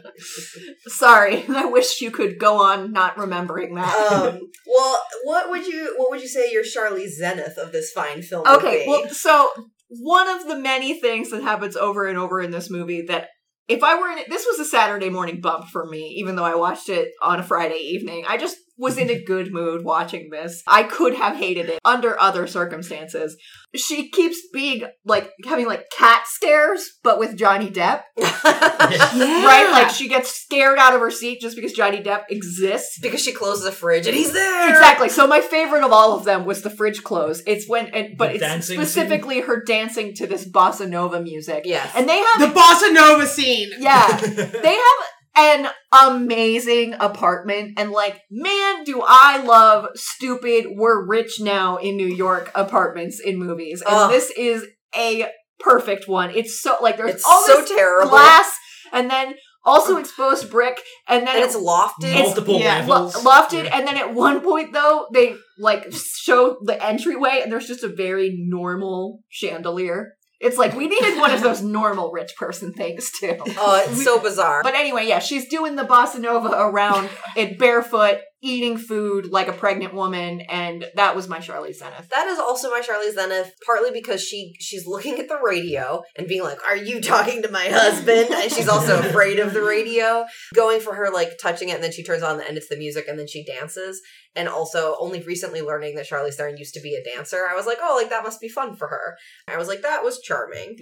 [SPEAKER 2] Sorry. <laughs> I wish you could go on not remembering that.
[SPEAKER 3] Um, <laughs> well, what would you what would you say your Charlie Zenith of this fine film? would
[SPEAKER 2] Oh, Okay,
[SPEAKER 3] be?
[SPEAKER 2] well, so one of the many things that happens over and over in this movie that if I were in it, this was a Saturday morning bump for me, even though I watched it on a Friday evening. I just was <laughs> in a good mood watching this. I could have hated it under other circumstances. She keeps being like having like cat scares, but with Johnny Depp,
[SPEAKER 4] Yeah.
[SPEAKER 2] right? Like she gets scared out of her seat just because Johnny Depp exists.
[SPEAKER 3] <laughs> because she closes the fridge and he's there.
[SPEAKER 2] Exactly. So my favorite of all of them was the fridge close. It's when, and, but
[SPEAKER 5] The
[SPEAKER 2] it's
[SPEAKER 5] dancing
[SPEAKER 2] specifically her dancing to this bossa nova music.
[SPEAKER 3] Yes.
[SPEAKER 2] and they have
[SPEAKER 4] the bossa nova scene.
[SPEAKER 3] <laughs>
[SPEAKER 2] yeah, they have an amazing apartment, and like, man, do I love stupid we're rich now in New York apartments in movies, and
[SPEAKER 3] Ugh.
[SPEAKER 2] this is a perfect one. It's so like there's
[SPEAKER 3] it's
[SPEAKER 2] all
[SPEAKER 3] so
[SPEAKER 2] this
[SPEAKER 3] terrible.
[SPEAKER 2] glass, and then also exposed brick, and then
[SPEAKER 3] and it's
[SPEAKER 2] it-
[SPEAKER 3] lofted.
[SPEAKER 5] Multiple
[SPEAKER 4] yeah,
[SPEAKER 2] lo-
[SPEAKER 5] levels.
[SPEAKER 2] lofted and then at one point though they like show the entryway and there's just a very normal chandelier it's like we needed one of those normal rich person things too
[SPEAKER 3] oh, it's so bizarre.
[SPEAKER 2] but anyway yeah she's doing the bossa nova around it barefoot eating food like a pregnant woman, and that was my Charlize Zenith.
[SPEAKER 3] That is also my Charlize Zenith, partly because she she's looking at the radio and being like, "Are you talking to my husband?" And she's
[SPEAKER 4] <laughs>
[SPEAKER 3] also afraid of the radio, going for her like touching it, and then she turns on the end. It's the music, and then she dances. And also, only recently learning that Charlize Theron used to be a dancer, I was like, "Oh, like that must be fun for her." I was like, "That was charming."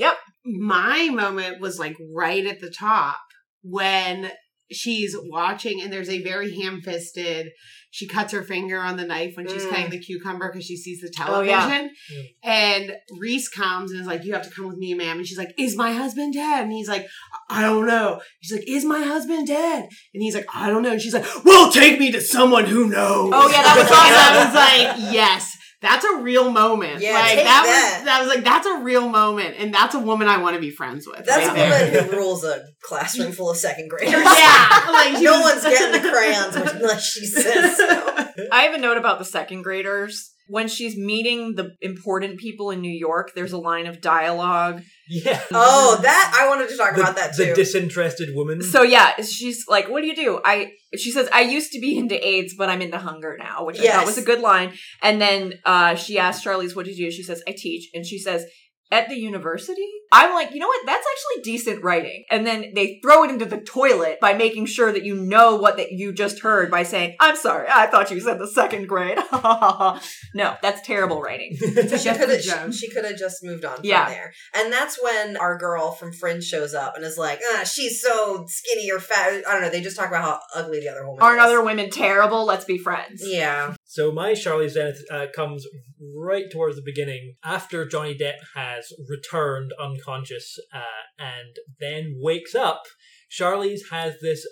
[SPEAKER 4] my moment was like right at the top when she's watching and there's a very ham-fisted she cuts her finger on the knife when she's
[SPEAKER 3] Mm.
[SPEAKER 4] cutting the cucumber because she sees the
[SPEAKER 2] Oh,
[SPEAKER 4] television
[SPEAKER 2] yeah.
[SPEAKER 4] and reese comes and is like you have to come with me ma'am and she's like is my husband dead and he's like i don't know she's like is my husband dead and he's like i don't know and she's like well take me to someone who knows
[SPEAKER 2] Oh, yeah,
[SPEAKER 4] <laughs>
[SPEAKER 2] that was
[SPEAKER 4] And i was like yes that's a real moment.
[SPEAKER 3] Yeah,
[SPEAKER 4] like
[SPEAKER 3] take
[SPEAKER 4] that,
[SPEAKER 3] that.
[SPEAKER 4] was that was like that's a real moment, and that's a woman I want to be friends with.
[SPEAKER 3] That's a
[SPEAKER 4] right there. <laughs>
[SPEAKER 3] woman who rules a classroom full of second graders.
[SPEAKER 4] yeah, like
[SPEAKER 3] <laughs>
[SPEAKER 4] she
[SPEAKER 3] no one's
[SPEAKER 4] was-
[SPEAKER 3] getting the crayons
[SPEAKER 4] <laughs>
[SPEAKER 3] unless she says so.
[SPEAKER 2] I have a note about the second graders. When she's meeting the important people in New York, there's a line of dialogue.
[SPEAKER 5] Yeah.
[SPEAKER 3] Oh, that I wanted to talk
[SPEAKER 5] The-
[SPEAKER 3] about that
[SPEAKER 5] the
[SPEAKER 3] too.
[SPEAKER 5] disinterested woman.
[SPEAKER 2] So yeah, she's like, "What do you do?" I she says, "I used to be into AIDS, but I'm into hunger now," which I
[SPEAKER 3] Yes.
[SPEAKER 2] thought was a good line. And then uh, she asks Charlize, "What do you do?" She says, "I teach," and she says. At the university, I'm like, you know what? That's actually decent writing. And then they throw it into the toilet by making sure that you know what that you just heard by saying, "I'm sorry, I thought you said the second grade." <laughs> no, that's terrible <laughs> writing.
[SPEAKER 5] <laughs>
[SPEAKER 4] It's
[SPEAKER 3] she <laughs>
[SPEAKER 4] just
[SPEAKER 3] could
[SPEAKER 4] a
[SPEAKER 3] have
[SPEAKER 4] joke.
[SPEAKER 3] she could have just moved on
[SPEAKER 2] Yeah.
[SPEAKER 3] from there. And that's when our girl from Fringe shows up and is like, ah, she's so skinny or fat. I don't know. They just talk about how ugly the other woman
[SPEAKER 2] Aren't
[SPEAKER 3] is.
[SPEAKER 2] other women terrible? Let's be friends.
[SPEAKER 3] Yeah.
[SPEAKER 5] So my Charlie's Zenith uh, comes right towards the beginning after Johnny Depp has returned unconscious uh, and then wakes up. Charlie's has this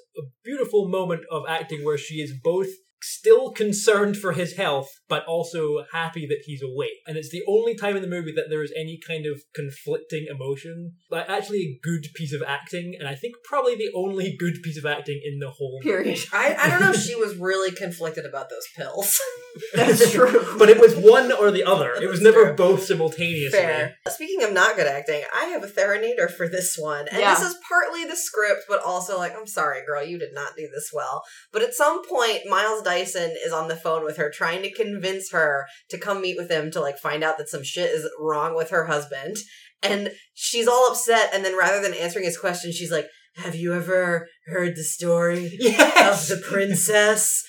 [SPEAKER 5] beautiful moment of acting where she is both still concerned for his health but also happy that he's awake and it's the only time in the movie that there is any kind of conflicting emotion like actually a good piece of acting and i think probably the only good piece of acting in the whole
[SPEAKER 2] Period.
[SPEAKER 3] I, I don't know. She was really conflicted about those pills.
[SPEAKER 2] <laughs>
[SPEAKER 5] <laughs>
[SPEAKER 3] <laughs>
[SPEAKER 2] That's true.
[SPEAKER 5] but it was one or the other. It was never
[SPEAKER 3] Fair.
[SPEAKER 5] both simultaneously.
[SPEAKER 3] Fair. Speaking of not good acting, I have a Theronator for this one. And
[SPEAKER 2] Yeah.
[SPEAKER 3] this is partly the script, but also like, I'm sorry, girl, you did not do this well. But at some point, Miles Dyson is on the phone with her trying to convince her to come meet with him to like find out that some shit is wrong with her husband. And she's all upset. And then rather than answering his question, she's like, Have you ever heard the story? of
[SPEAKER 5] Yes.
[SPEAKER 3] the princess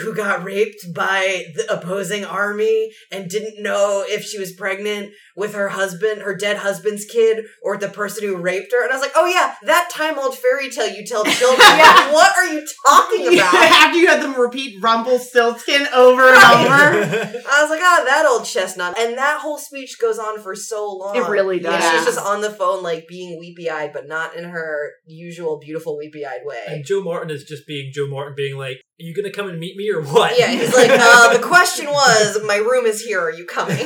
[SPEAKER 3] who got raped by the opposing army and didn't know if she was pregnant with her husband, her dead husband's kid, or the person who raped her. And I was like, oh yeah, that time old fairy tale you tell children.
[SPEAKER 2] <laughs> Yeah.
[SPEAKER 3] What are you
[SPEAKER 2] <laughs>
[SPEAKER 3] talking about?
[SPEAKER 4] After you had them repeat Rumpelstiltskin over
[SPEAKER 3] Right.
[SPEAKER 4] and over.
[SPEAKER 3] I was like, ah, that old chestnut. And that whole speech goes on for so long.
[SPEAKER 2] It really does.
[SPEAKER 3] And
[SPEAKER 4] Yeah.
[SPEAKER 3] She's just on the phone, like being weepy eyed, but not in her usual beautiful weepy eyed way.
[SPEAKER 5] <laughs> and Joe Martin is just being Joe Martin, being like, "Are you gonna come and meet me or what?"
[SPEAKER 3] Yeah, he's like, uh, the question was, my room is here. Are you coming?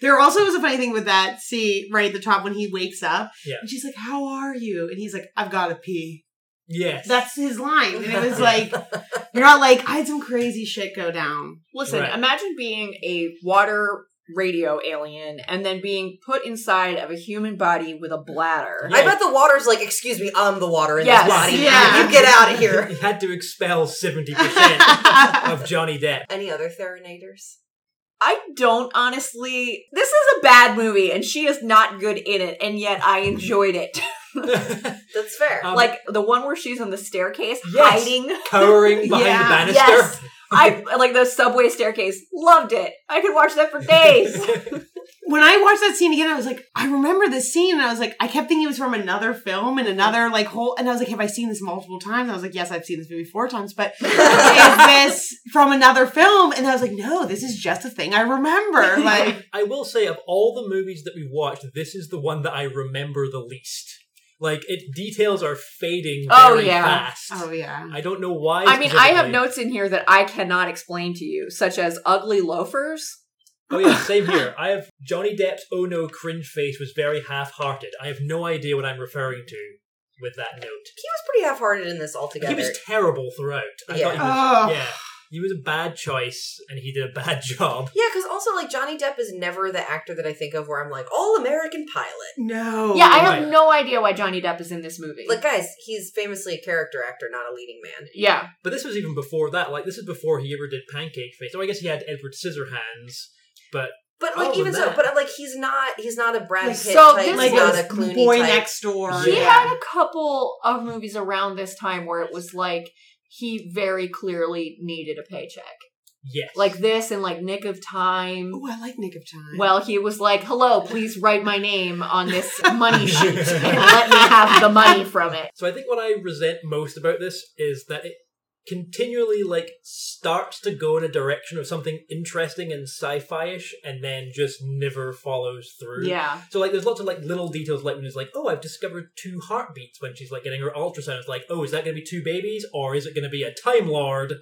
[SPEAKER 4] There also was a funny thing with that. See, right at the top when he wakes up.
[SPEAKER 5] Yeah.
[SPEAKER 4] And she's like, How are you? And he's like, I've got to pee.
[SPEAKER 5] <laughs> yes.
[SPEAKER 4] That's his line. And
[SPEAKER 3] <laughs>
[SPEAKER 4] it was like, You're not like, I had some crazy shit go down.
[SPEAKER 2] Listen,
[SPEAKER 5] Right.
[SPEAKER 2] imagine being a water radio alien and then being put inside of a human body with a bladder.
[SPEAKER 5] Yeah.
[SPEAKER 3] I bet the water's like, excuse me, I'm the water in
[SPEAKER 2] Yes,
[SPEAKER 3] this body.
[SPEAKER 4] yeah.
[SPEAKER 3] You get out of here.
[SPEAKER 5] he had to expel seventy percent of Johnny Depp. <laughs>
[SPEAKER 3] Any other Theronators?
[SPEAKER 2] I don't honestly. This is a bad movie and she is not good in it, and yet I enjoyed it.
[SPEAKER 3] That's fair. <laughs>
[SPEAKER 2] <laughs>
[SPEAKER 5] Um,
[SPEAKER 2] like the one where she's on the staircase
[SPEAKER 5] Yes.
[SPEAKER 2] hiding.
[SPEAKER 5] cowering behind
[SPEAKER 4] Yeah.
[SPEAKER 5] the
[SPEAKER 2] Yes.
[SPEAKER 5] banister.
[SPEAKER 2] <laughs> I like the subway staircase. Loved it. I could watch that for
[SPEAKER 5] <laughs>
[SPEAKER 2] days.
[SPEAKER 4] when I watched that scene again, I was like, I remember this scene. And I was like, I kept thinking it was from another film and another like whole. And I was like, Have I seen this multiple times? I was like, Yes, I've seen this movie four times,
[SPEAKER 2] <laughs>
[SPEAKER 4] but
[SPEAKER 5] <laughs>
[SPEAKER 4] is this from another film? And I was like, No, this is just a thing I remember.
[SPEAKER 2] <laughs>
[SPEAKER 4] Like,
[SPEAKER 5] I will say, of all the movies that we watched, this is the one that I remember the least. Like, it details are fading
[SPEAKER 2] Oh,
[SPEAKER 5] very
[SPEAKER 2] yeah.
[SPEAKER 5] fast.
[SPEAKER 4] oh yeah.
[SPEAKER 5] I don't know why.
[SPEAKER 2] I mean, I have
[SPEAKER 5] specifically.
[SPEAKER 2] notes in here that I cannot explain to you, such as ugly loafers. <laughs>
[SPEAKER 5] Oh yeah, same here. I have Johnny Depp's oh no cringe face was very half-hearted. I have no idea what I'm referring to with that note.
[SPEAKER 3] he was pretty half hearted in this altogether.
[SPEAKER 5] He was terrible throughout. I
[SPEAKER 3] Yeah.
[SPEAKER 5] thought he was,
[SPEAKER 4] Oh.
[SPEAKER 5] yeah. he was a bad choice and he did a bad <laughs> job.
[SPEAKER 3] Yeah, because also like Johnny Depp is never the actor that I think of where I'm like all American pilot.
[SPEAKER 5] Oh,
[SPEAKER 4] No.
[SPEAKER 2] yeah, I have
[SPEAKER 5] right.
[SPEAKER 2] no idea why Johnny Depp is in this movie.
[SPEAKER 3] Like guys, he's famously a character actor, not a leading man.
[SPEAKER 2] yeah,
[SPEAKER 5] But this was even before that. Like this is before he ever did Pancake Face. Oh, I guess he had Edward Scissorhands. But
[SPEAKER 3] But like
[SPEAKER 5] Other
[SPEAKER 3] even
[SPEAKER 5] than
[SPEAKER 3] so,
[SPEAKER 5] Oh, that-
[SPEAKER 3] but like he's not he's not a Brad
[SPEAKER 4] Like,
[SPEAKER 3] Pitt
[SPEAKER 2] so
[SPEAKER 3] type,
[SPEAKER 2] this
[SPEAKER 3] he's
[SPEAKER 4] like
[SPEAKER 2] was
[SPEAKER 3] not a
[SPEAKER 4] it was
[SPEAKER 3] Clooney
[SPEAKER 4] boy
[SPEAKER 3] type.
[SPEAKER 4] next door.
[SPEAKER 2] he
[SPEAKER 5] Yeah.
[SPEAKER 2] had a couple of movies around this time where it was like he very clearly needed a paycheck,
[SPEAKER 5] yes,
[SPEAKER 2] like this and like Nick of Time.
[SPEAKER 4] Oh, I like Nick of Time.
[SPEAKER 2] Well, he was like, "Hello, please write my name on this
[SPEAKER 5] <laughs>
[SPEAKER 2] money sheet and let me have the money from it."
[SPEAKER 5] So I think what I resent most about this is that it continually like starts to go in a direction of something interesting and sci-fi-ish and then just never follows through.
[SPEAKER 2] Yeah,
[SPEAKER 5] So like there's lots of like little details like when it's like, oh I've discovered two heartbeats when she's like getting her ultrasound. It's like, oh is that gonna be two babies or is it gonna be a time lord?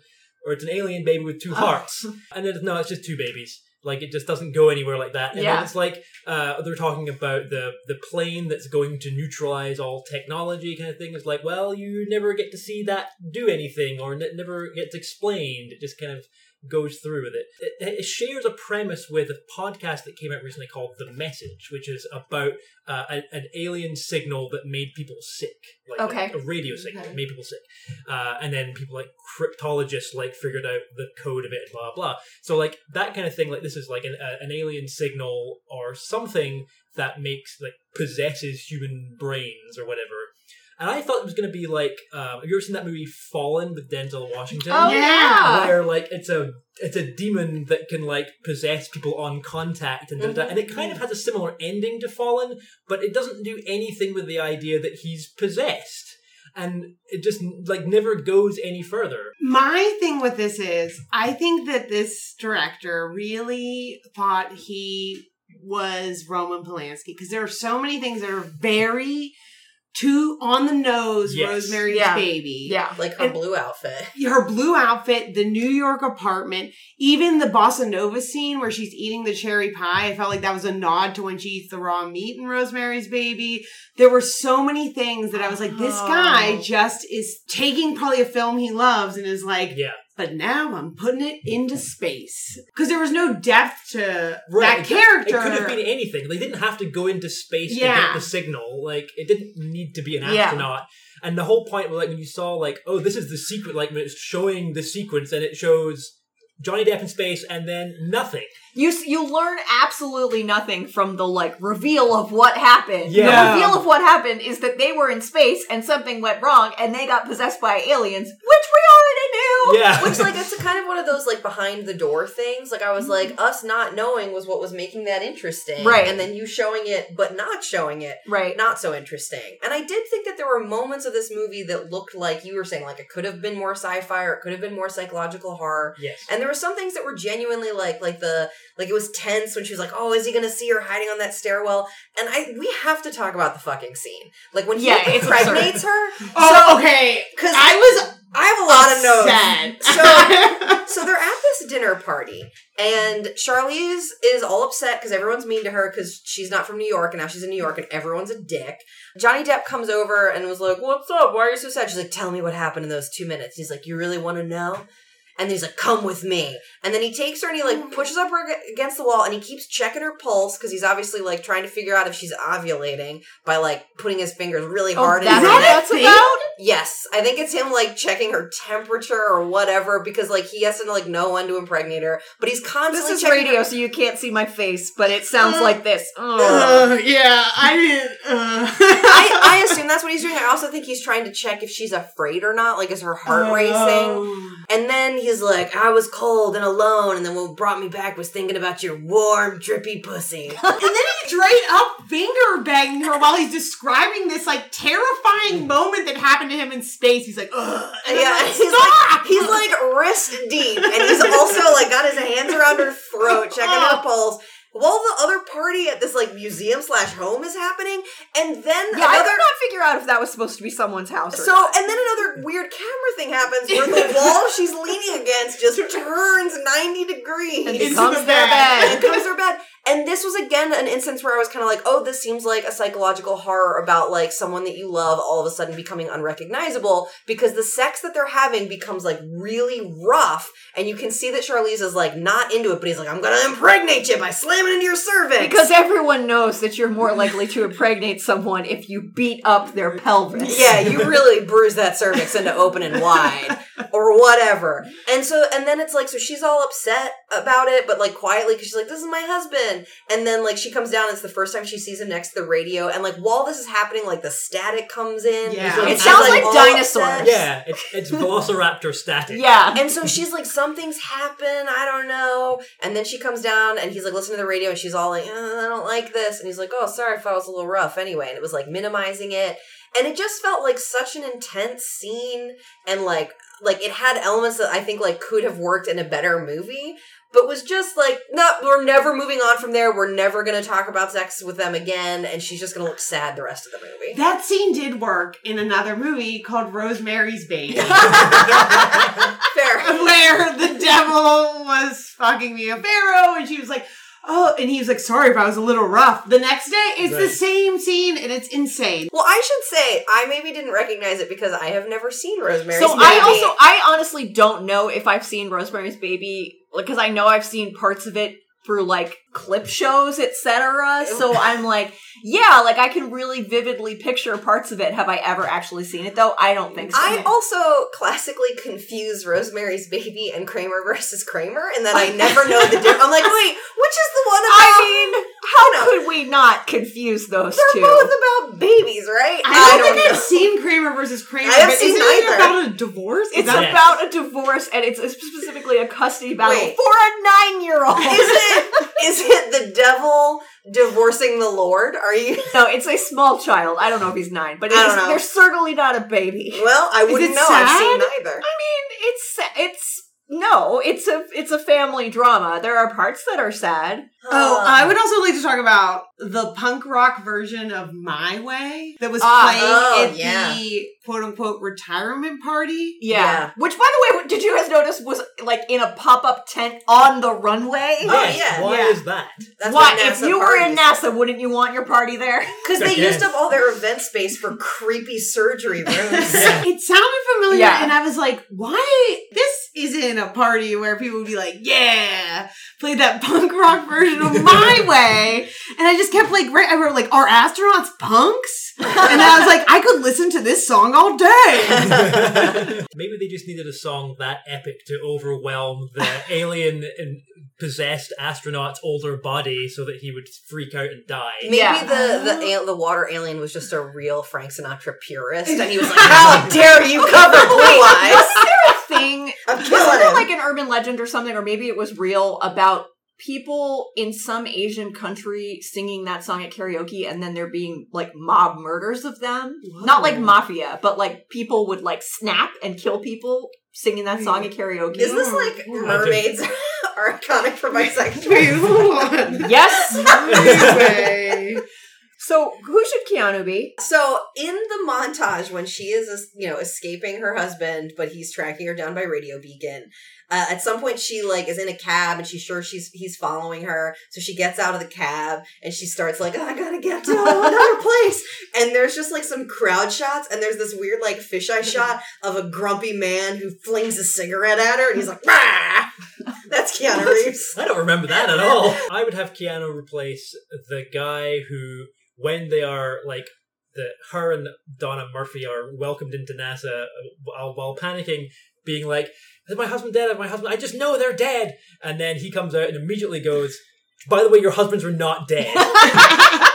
[SPEAKER 5] Or it's an alien baby with two hearts. and then it's- no, it's just two babies. Like it just doesn't go anywhere like that. And
[SPEAKER 2] Yeah.
[SPEAKER 5] then it's like uh, they're talking about the the plane that's going to neutralize all technology kind of thing. It's like, well, you never get to see that do anything or it never gets explained. It just kind of goes through with it. it. It shares a premise with a podcast that came out recently called The Message, which is about uh, a, an alien signal that made people sick. Like
[SPEAKER 2] Okay.
[SPEAKER 5] A, a radio signal
[SPEAKER 4] Okay.
[SPEAKER 5] that made people sick. Uh, and then people like cryptologists like figured out the code of it and blah blah. So like that kind of thing. Like this is like an, a, an alien signal or something that makes like possesses human brains or whatever. And I thought it was going to be like um, have you ever seen that movie Fallen with Denzel Washington?
[SPEAKER 2] Oh yeah.
[SPEAKER 5] where like it's a it's a demon that can like possess people on contact and da, da, da. and it kind of has a similar ending to Fallen, but it doesn't do anything with the idea that he's possessed, and it just like never goes any further.
[SPEAKER 4] My thing with this is, I think that this director really thought he was Roman Polanski because there are so many things that are very too on the nose.
[SPEAKER 5] Yes.
[SPEAKER 4] Rosemary's
[SPEAKER 2] Yeah.
[SPEAKER 4] Baby,
[SPEAKER 2] Yeah.
[SPEAKER 3] Like her
[SPEAKER 4] And-
[SPEAKER 3] blue outfit.
[SPEAKER 4] her blue outfit, the New York apartment, even the bossa nova scene where she's eating the cherry pie. I felt like that was a nod to when she eats the raw meat in Rosemary's Baby. There were so many things that I was like, this guy
[SPEAKER 2] Oh.
[SPEAKER 4] just is taking probably a film he loves and is like,
[SPEAKER 5] Yeah,
[SPEAKER 4] but now I'm putting it into space because there was no depth to that
[SPEAKER 5] it just-
[SPEAKER 4] character.
[SPEAKER 5] It could have been anything. They didn't have to go into space to
[SPEAKER 4] Yeah.
[SPEAKER 5] get the signal. Like it didn't need to be an
[SPEAKER 2] Yeah.
[SPEAKER 5] astronaut. And the whole point was like when you saw like, oh, this is the secret. Like when it's showing the sequence and it shows Johnny Depp in space and then nothing.
[SPEAKER 2] You s- you learn absolutely nothing from the like reveal of what happened.
[SPEAKER 5] Yeah.
[SPEAKER 2] The reveal of what happened is that they were in space and something went wrong and they got possessed by aliens, which we already knew.
[SPEAKER 5] Yeah.
[SPEAKER 3] Which like it's a kind of one of those like behind the door things. Like I was like, us not knowing was what was making that interesting.
[SPEAKER 2] Right.
[SPEAKER 3] And then you showing it but not showing it.
[SPEAKER 2] Right.
[SPEAKER 3] Not so interesting. And I did think that there were moments of this movie that looked like you were saying, like it could have been more sci-fi or it could have been more psychological horror.
[SPEAKER 5] Yes.
[SPEAKER 3] And there were some things that were genuinely like like the like it was tense when she was like, "Oh, is he going to see her hiding on that stairwell?" And I we have to talk about the fucking scene. Like when he
[SPEAKER 2] Yeah, it's
[SPEAKER 3] impregnates her.
[SPEAKER 4] oh, okay.
[SPEAKER 3] Cuz
[SPEAKER 4] I was
[SPEAKER 3] I have a lot of notes.
[SPEAKER 4] upset.
[SPEAKER 3] <laughs> So- So they're at this dinner party, and Charlize is all upset because everyone's mean to her because she's not from New York, and now she's in New York, and everyone's a dick. Johnny Depp comes over and was like, "What's up? Why are you so sad?" She's like, "Tell me what happened in those two minutes." He's like, "You really want to know?" And he's like, "Come with me." And then he takes her and he
[SPEAKER 2] Mm-hmm.
[SPEAKER 3] like pushes up her ag- against the wall, and he keeps checking her pulse because he's obviously like trying to figure out if she's ovulating by like putting his fingers really
[SPEAKER 2] Oh,
[SPEAKER 3] hard. in
[SPEAKER 2] that's
[SPEAKER 3] her
[SPEAKER 4] Is
[SPEAKER 2] what
[SPEAKER 4] that
[SPEAKER 3] neck.
[SPEAKER 4] a
[SPEAKER 2] that's
[SPEAKER 4] thing?
[SPEAKER 2] about.
[SPEAKER 3] Yes, I think it's him like checking her temperature or whatever because like he has to like know when to impregnate her, but he's
[SPEAKER 2] This
[SPEAKER 3] constantly
[SPEAKER 2] is
[SPEAKER 3] checking
[SPEAKER 2] radio,
[SPEAKER 3] her-
[SPEAKER 2] so you can't see my face, but it sounds
[SPEAKER 3] Uh,
[SPEAKER 2] like this. Ugh.
[SPEAKER 4] <laughs> Uh, yeah, I didn't. Uh.
[SPEAKER 3] I, I assume that's what he's doing. I also think he's trying to check if she's afraid or not. Like, is her
[SPEAKER 2] Oh,
[SPEAKER 3] heart racing? And then he's like, "I was cold and alone, and then what brought me back was thinking about your warm, drippy
[SPEAKER 2] <laughs>
[SPEAKER 3] pussy."
[SPEAKER 4] And then he straight up finger banging her while he's describing this like terrifying moment that happened to him in space. He's like, ugh. And I'm
[SPEAKER 3] Yeah,
[SPEAKER 4] like,
[SPEAKER 3] and he's
[SPEAKER 4] stop.
[SPEAKER 3] like he's like wrist deep, and he's also like got his hands around her throat, checking her pulse. While the other party at this like museum slash home is happening, and then
[SPEAKER 2] Yeah, I
[SPEAKER 3] another
[SPEAKER 2] could not figure out if that was supposed to be someone's house. Or
[SPEAKER 3] so
[SPEAKER 2] not.
[SPEAKER 3] and then another weird camera thing happens where the wall she's
[SPEAKER 4] <laughs>
[SPEAKER 3] leaning against just turns ninety degrees
[SPEAKER 2] and
[SPEAKER 4] Into
[SPEAKER 2] becomes
[SPEAKER 4] the
[SPEAKER 2] their
[SPEAKER 4] bed.
[SPEAKER 2] bed.
[SPEAKER 3] and it goes to her bed. And this was again an instance where I was kind of like, oh, this seems like a psychological horror about like someone that you love all of a sudden becoming unrecognizable because the sex that they're having becomes like really rough. And you can see that Charlize is like not into it, but he's like, I'm going to impregnate you by slamming into your cervix.
[SPEAKER 2] Because everyone knows that you're more likely to impregnate someone if you beat up their pelvis.
[SPEAKER 3] yeah, you really bruise that cervix into open and wide or whatever. And so, and then it's like, so she's all upset about it, but like quietly because she's like, this is my husband. And then like she comes down, it's the first time she sees him next to the radio. And like while this is happening, like the static comes in.
[SPEAKER 4] Yeah.
[SPEAKER 3] And
[SPEAKER 4] It
[SPEAKER 3] she's,
[SPEAKER 2] sounds like
[SPEAKER 3] all
[SPEAKER 2] dinosaurs.
[SPEAKER 3] upset.
[SPEAKER 5] Yeah, it's, it's Velociraptor static.
[SPEAKER 2] Yeah.
[SPEAKER 3] And so she's like, something's happened. I don't know. And then she comes down and he's like, listen to the radio. And she's all like, "Uh, I don't like this. And he's like, oh, sorry if I was a little rough anyway. And it was like minimizing it. And it just felt like such an intense scene. And like, like it had elements that I think like could have worked in a better movie, but was just like, no, we're never moving on from there. We're never going to talk about sex with them again. And she's just going to look sad the rest of the movie. <laughs>
[SPEAKER 4] That scene did work in another movie called Rosemary's Baby. <laughs>
[SPEAKER 3] Fair.
[SPEAKER 2] <laughs>
[SPEAKER 4] where the devil was fucking Mia Farrow, and she was like, "Oh," and he was like, "Sorry if I was a little rough." The next day, it's the
[SPEAKER 5] Right.
[SPEAKER 4] same scene, and it's insane.
[SPEAKER 3] Well, I should say I maybe didn't recognize it because I have never seen Rosemary's
[SPEAKER 2] so
[SPEAKER 3] Baby.
[SPEAKER 2] I also I honestly don't know if I've seen Rosemary's Baby because I know I've seen parts of it through like clip shows, etc.
[SPEAKER 3] <laughs>
[SPEAKER 2] So I'm like, yeah, like I can really vividly picture parts of it. Have I ever actually seen it though? I don't think so.
[SPEAKER 3] I also classically confuse Rosemary's Baby and Kramer <laughs> versus Kramer, and that I never know the difference. I'm like, wait, which is the one about?
[SPEAKER 2] I mean, how
[SPEAKER 3] no.
[SPEAKER 2] could we not confuse those
[SPEAKER 3] they're
[SPEAKER 2] two?
[SPEAKER 3] both about babies, right?
[SPEAKER 4] I don't, think
[SPEAKER 3] <laughs>
[SPEAKER 4] I've seen Kramer versus Kramer.
[SPEAKER 3] I haven't
[SPEAKER 4] but
[SPEAKER 3] seen
[SPEAKER 4] isn't it
[SPEAKER 3] either.
[SPEAKER 4] about a divorce? Is
[SPEAKER 2] It's
[SPEAKER 4] that-
[SPEAKER 5] Yes.
[SPEAKER 2] about a divorce, and it's specifically a custody battle
[SPEAKER 3] Wait.
[SPEAKER 2] for a nine-year-old.
[SPEAKER 3] Is it is it the devil divorcing the Lord? Are you?
[SPEAKER 2] <laughs> no, it's a small child. I don't know if he's nine, but
[SPEAKER 3] I don't
[SPEAKER 2] it's,
[SPEAKER 3] know.
[SPEAKER 2] they're certainly not a baby.
[SPEAKER 3] Well, I wouldn't
[SPEAKER 4] it
[SPEAKER 3] know. I've seen neither.
[SPEAKER 2] I mean, it's it's no, it's a it's a family drama. There are parts that are sad.
[SPEAKER 4] Oh,
[SPEAKER 3] Uh,
[SPEAKER 4] I would also like to talk about the punk rock version of My Way that was
[SPEAKER 2] Ah,
[SPEAKER 3] oh,
[SPEAKER 4] playing at
[SPEAKER 3] yeah.
[SPEAKER 4] the quote unquote retirement party.
[SPEAKER 2] Yeah.
[SPEAKER 3] Yeah.
[SPEAKER 2] Which, by the way, did you guys notice was like in a pop up tent on the runway?
[SPEAKER 3] Oh,
[SPEAKER 5] Yes,
[SPEAKER 3] yeah.
[SPEAKER 5] Why
[SPEAKER 4] Yeah.
[SPEAKER 5] is that? <laughs>
[SPEAKER 3] that's
[SPEAKER 2] Why?
[SPEAKER 3] what
[SPEAKER 2] If you were in NASA, wouldn't you want your party there?
[SPEAKER 3] because they
[SPEAKER 5] Yes.
[SPEAKER 3] used up all their event space for creepy <laughs> surgery rooms.
[SPEAKER 5] Yeah.
[SPEAKER 4] <laughs> It sounded familiar,
[SPEAKER 2] Yeah.
[SPEAKER 4] and I was like, why? This isn't a party where people would be like, yeah, play that <laughs> punk rock version of My Way. And I just kept like, right, I wrote like, are astronauts punks? And I was like, I could listen to this song all day. <laughs>
[SPEAKER 5] <laughs> Maybe they just needed a song that epic to overwhelm the alien and possessed astronaut's older body so that he would freak out and die.
[SPEAKER 3] Maybe
[SPEAKER 2] Yeah.
[SPEAKER 3] the the, al- the water alien was just a real Frank Sinatra purist, and he <laughs> was like, "How dare you
[SPEAKER 2] <laughs>
[SPEAKER 3] cover blue eyes?
[SPEAKER 2] Was there a thing?
[SPEAKER 3] I'm
[SPEAKER 2] Wasn't
[SPEAKER 3] killing
[SPEAKER 2] there
[SPEAKER 3] him."
[SPEAKER 2] like an urban legend or something, or maybe it was real about people in some Asian country singing that song at karaoke and then there being like mob murders of them? Not like mafia, but like people would like snap and kill people singing that song at karaoke. <laughs>
[SPEAKER 3] Is this like
[SPEAKER 4] Yeah.
[SPEAKER 3] mermaids <laughs> are iconic <laughs> for bisexual?
[SPEAKER 4] Wait, hold on.
[SPEAKER 2] yes.
[SPEAKER 4] My Way.
[SPEAKER 2] <laughs> So who should Keanu be?
[SPEAKER 3] So in the montage when she is es- you know escaping her husband, but he's tracking her down by radio beacon. Uh, at some point, she like is in a cab and she's sure she's he's following her. So she gets out of the cab and she starts like, oh, "I gotta get to another place." And there's just like some crowd shots and there's this weird like fisheye shot of a grumpy man who flings a cigarette at her and he's like, "Rah!" That's Keanu Reeves.
[SPEAKER 5] I don't remember that at all. <laughs> I would have Keanu replace the guy who, when they are like, the her and Donna Murphy are welcomed into NASA uh, while, while panicking, being like, "Is my husband dead? Is my husband? I just know they're dead." And then he comes out and immediately goes, "By the way, your husbands are not <laughs> dead,"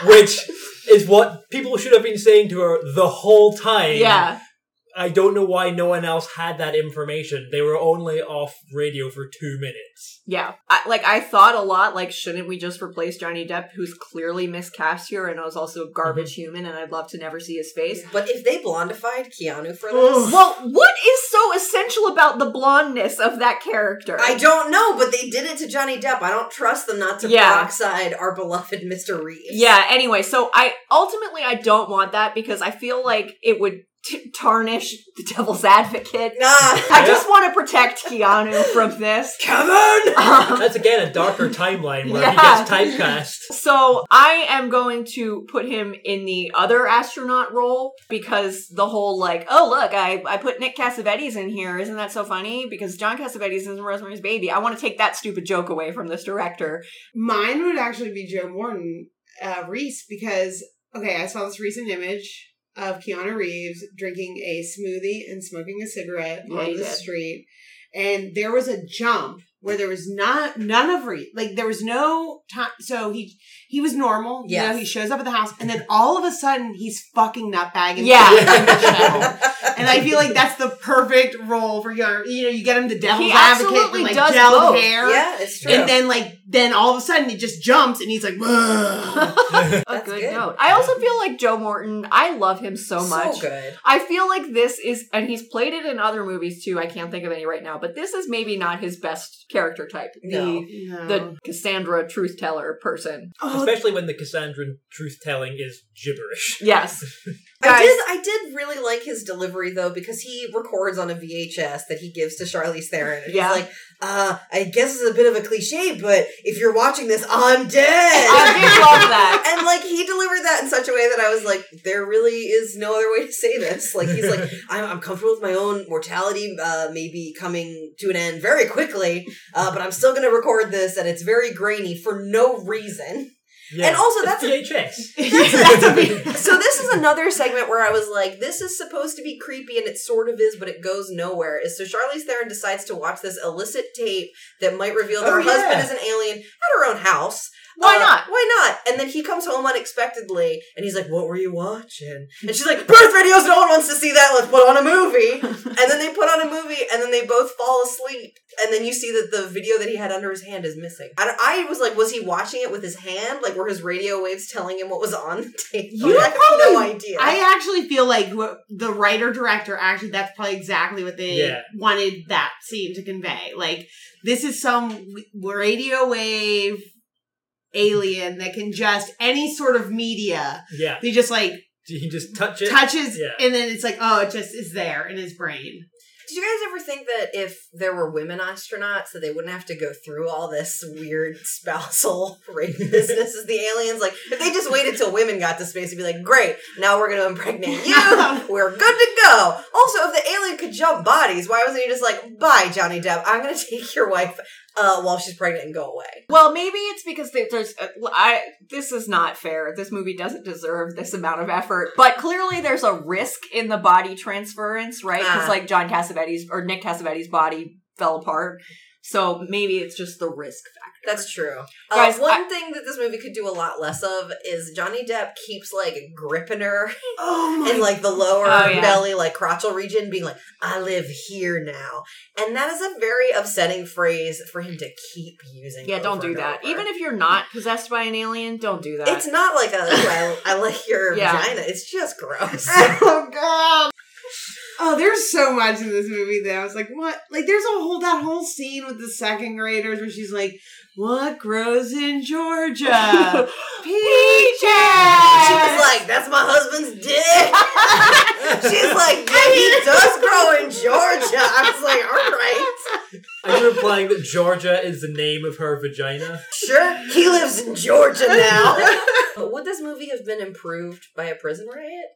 [SPEAKER 5] which is what people should have been saying to her the whole time.
[SPEAKER 2] Yeah.
[SPEAKER 5] I don't know why no one else had that information. They were only off radio for two minutes.
[SPEAKER 2] Yeah. I, like I thought a lot like shouldn't we just replace Johnny Depp who's clearly miscast here and was also a garbage human and I'd love to never see his face.
[SPEAKER 3] But if they blondified Keanu for
[SPEAKER 4] Ugh.
[SPEAKER 3] this,
[SPEAKER 2] Well, what is so essential about the blondness of that character?
[SPEAKER 3] I don't know, but they did it to Johnny Depp. I don't trust them not to
[SPEAKER 2] Yeah.
[SPEAKER 3] peroxide our beloved Mr. Reeves.
[SPEAKER 2] Yeah, anyway, so I ultimately I don't want that because I feel like it would t- tarnish the devil's advocate.
[SPEAKER 3] Nah.
[SPEAKER 2] I just want to protect Keanu from this.
[SPEAKER 5] Kevin!
[SPEAKER 2] Um,
[SPEAKER 5] That's again a darker timeline where
[SPEAKER 2] Yeah.
[SPEAKER 5] he gets
[SPEAKER 3] <laughs>
[SPEAKER 5] typecast.
[SPEAKER 2] So I am going to put him in the other astronaut role because the whole like, oh look, I, I put Nick Cassavetes in here. Isn't that so funny? Because John Cassavetes is in Rosemary's Baby. I want to take that stupid joke away from this director.
[SPEAKER 4] Mine would actually be Joe Morton, uh, Reese, because, okay, I saw this recent image of Keanu Reeves drinking a smoothie and smoking a cigarette
[SPEAKER 2] Yeah,
[SPEAKER 4] on
[SPEAKER 2] he
[SPEAKER 4] the
[SPEAKER 2] did.
[SPEAKER 4] street. And there was a jump where there was not none of Reeves, like there was no time. So he he was normal. You know,
[SPEAKER 3] Yes.
[SPEAKER 4] he shows up at the house, and then all of a sudden he's fucking nutbag. And
[SPEAKER 2] <laughs> Yeah. <laughs>
[SPEAKER 4] and I feel like that's the perfect role for Keanu. You know, you get him the devil's
[SPEAKER 2] He
[SPEAKER 4] advocate,
[SPEAKER 2] absolutely
[SPEAKER 4] with, like
[SPEAKER 2] does
[SPEAKER 4] gelled
[SPEAKER 2] both.
[SPEAKER 4] hair.
[SPEAKER 3] yeah, it's true.
[SPEAKER 4] And then like then all of a sudden he just jumps and he's like, "Whoa."
[SPEAKER 2] A
[SPEAKER 3] That's
[SPEAKER 2] good,
[SPEAKER 3] good.
[SPEAKER 2] note. I also feel like Joe Morton. I love him so much.
[SPEAKER 3] So good.
[SPEAKER 2] I feel like this is, and he's played it in other movies too. I can't think of any right now, but this is maybe not his best character type.
[SPEAKER 3] No.
[SPEAKER 2] The the Cassandra truth teller
[SPEAKER 3] <laughs>
[SPEAKER 2] person.
[SPEAKER 4] oh,
[SPEAKER 5] Especially when the Cassandran truth telling is gibberish.
[SPEAKER 2] Yes.
[SPEAKER 3] I
[SPEAKER 2] Guys.
[SPEAKER 3] did, I did really like his delivery though because he records on a VHS that he gives to Charlize Theron. And
[SPEAKER 2] Yeah.
[SPEAKER 3] He's like, uh, I guess it's a bit of a cliche, but if you're watching this, I'm dead.
[SPEAKER 2] I
[SPEAKER 3] <laughs>
[SPEAKER 2] did love that.
[SPEAKER 3] and like he delivered that in such a way that I was like, there really is no other way to say this. Like he's
[SPEAKER 5] <laughs>
[SPEAKER 3] like, I'm, I'm comfortable with my own mortality, uh, maybe coming to an end very quickly, uh, but I'm still going to record this, and it's very grainy for no reason.
[SPEAKER 5] Yeah.
[SPEAKER 3] And also,
[SPEAKER 5] It's
[SPEAKER 3] that's a-
[SPEAKER 5] VHS.
[SPEAKER 3] <laughs>
[SPEAKER 4] <laughs>
[SPEAKER 3] That's-
[SPEAKER 5] <laughs>
[SPEAKER 3] So this is another segment where I was like, this is supposed to be creepy, and it sort of is, but it goes nowhere. Is so Charlize Theron decides to watch this illicit tape that might reveal that
[SPEAKER 5] Oh,
[SPEAKER 3] her
[SPEAKER 5] yeah.
[SPEAKER 3] husband is an alien at her own house.
[SPEAKER 2] Why
[SPEAKER 3] Uh,
[SPEAKER 2] not?
[SPEAKER 3] Why not? And then he comes home unexpectedly and he's like, What were you watching? And she's like, Birth videos, no one wants to see that. Let's put on a movie. and then they put on a movie and then they both fall asleep. And then you see that the video that he had under his hand is missing. And I was like, Was he watching it with his hand? Like, were his radio waves telling him what was on the tape?
[SPEAKER 4] You
[SPEAKER 3] Like, I have no idea.
[SPEAKER 4] I actually feel like wh- the writer director actually that's probably exactly what they
[SPEAKER 5] Yeah.
[SPEAKER 4] wanted that scene to convey. Like this is some w- radio wave alien that can just any sort of media.
[SPEAKER 5] Yeah.
[SPEAKER 4] They just like
[SPEAKER 5] You can just touch it.
[SPEAKER 4] touches
[SPEAKER 5] yeah.
[SPEAKER 4] and then it's like oh it just is there in his brain.
[SPEAKER 3] Did you guys ever think that if there were women astronauts, that they wouldn't have to go through all this weird spousal <laughs> rape business as the aliens? Like, if they just waited till women got to space, it'd be like, great, now we're going to impregnate you. We're good to go. Also, if the alien could jump bodies, why wasn't he just like, bye, Johnny Depp, I'm going to take your wife uh, while she's pregnant and go away?
[SPEAKER 2] Well, maybe it's because they, there's. uh, I this is not fair. This movie doesn't deserve this amount of effort. But clearly, there's a risk in the body transference, right? Because
[SPEAKER 3] Ah.
[SPEAKER 2] like John Cassavetes or Nick Cassavetes' body fell apart, so maybe it's just the risk factor.
[SPEAKER 3] That's true. Uh,
[SPEAKER 2] Guys,
[SPEAKER 3] one thing that this movie could do a lot less of is Johnny Depp keeps like gripping her
[SPEAKER 4] Oh <laughs>
[SPEAKER 3] in like the lower
[SPEAKER 2] Oh, yeah.
[SPEAKER 3] belly, like crotchal region, being like, I live here now. And that is a very upsetting phrase for him to keep using.
[SPEAKER 2] yeah. Don't
[SPEAKER 3] over
[SPEAKER 2] do
[SPEAKER 3] and
[SPEAKER 2] that.
[SPEAKER 3] over.
[SPEAKER 2] Even if you're not possessed by an alien, don't do that.
[SPEAKER 3] it's not like a, "Oh,
[SPEAKER 2] <laughs>
[SPEAKER 3] I, I like your
[SPEAKER 2] Yeah.
[SPEAKER 3] vagina, it's
[SPEAKER 2] <laughs>
[SPEAKER 3] just <laughs> gross.
[SPEAKER 4] oh god. Oh, there's so much in this movie that I was like, what? Like, there's a whole that whole scene with the second graders where she's like, "What grows in Georgia? Peaches."
[SPEAKER 3] She was like, That's my husband's dick.
[SPEAKER 5] <laughs>
[SPEAKER 3] She's like, yeah, he does grow in Georgia. I was like, All right,
[SPEAKER 5] Are you implying that Georgia is the name of her vagina?
[SPEAKER 3] sure. He lives in Georgia now. but would this movie have been improved by a prison riot?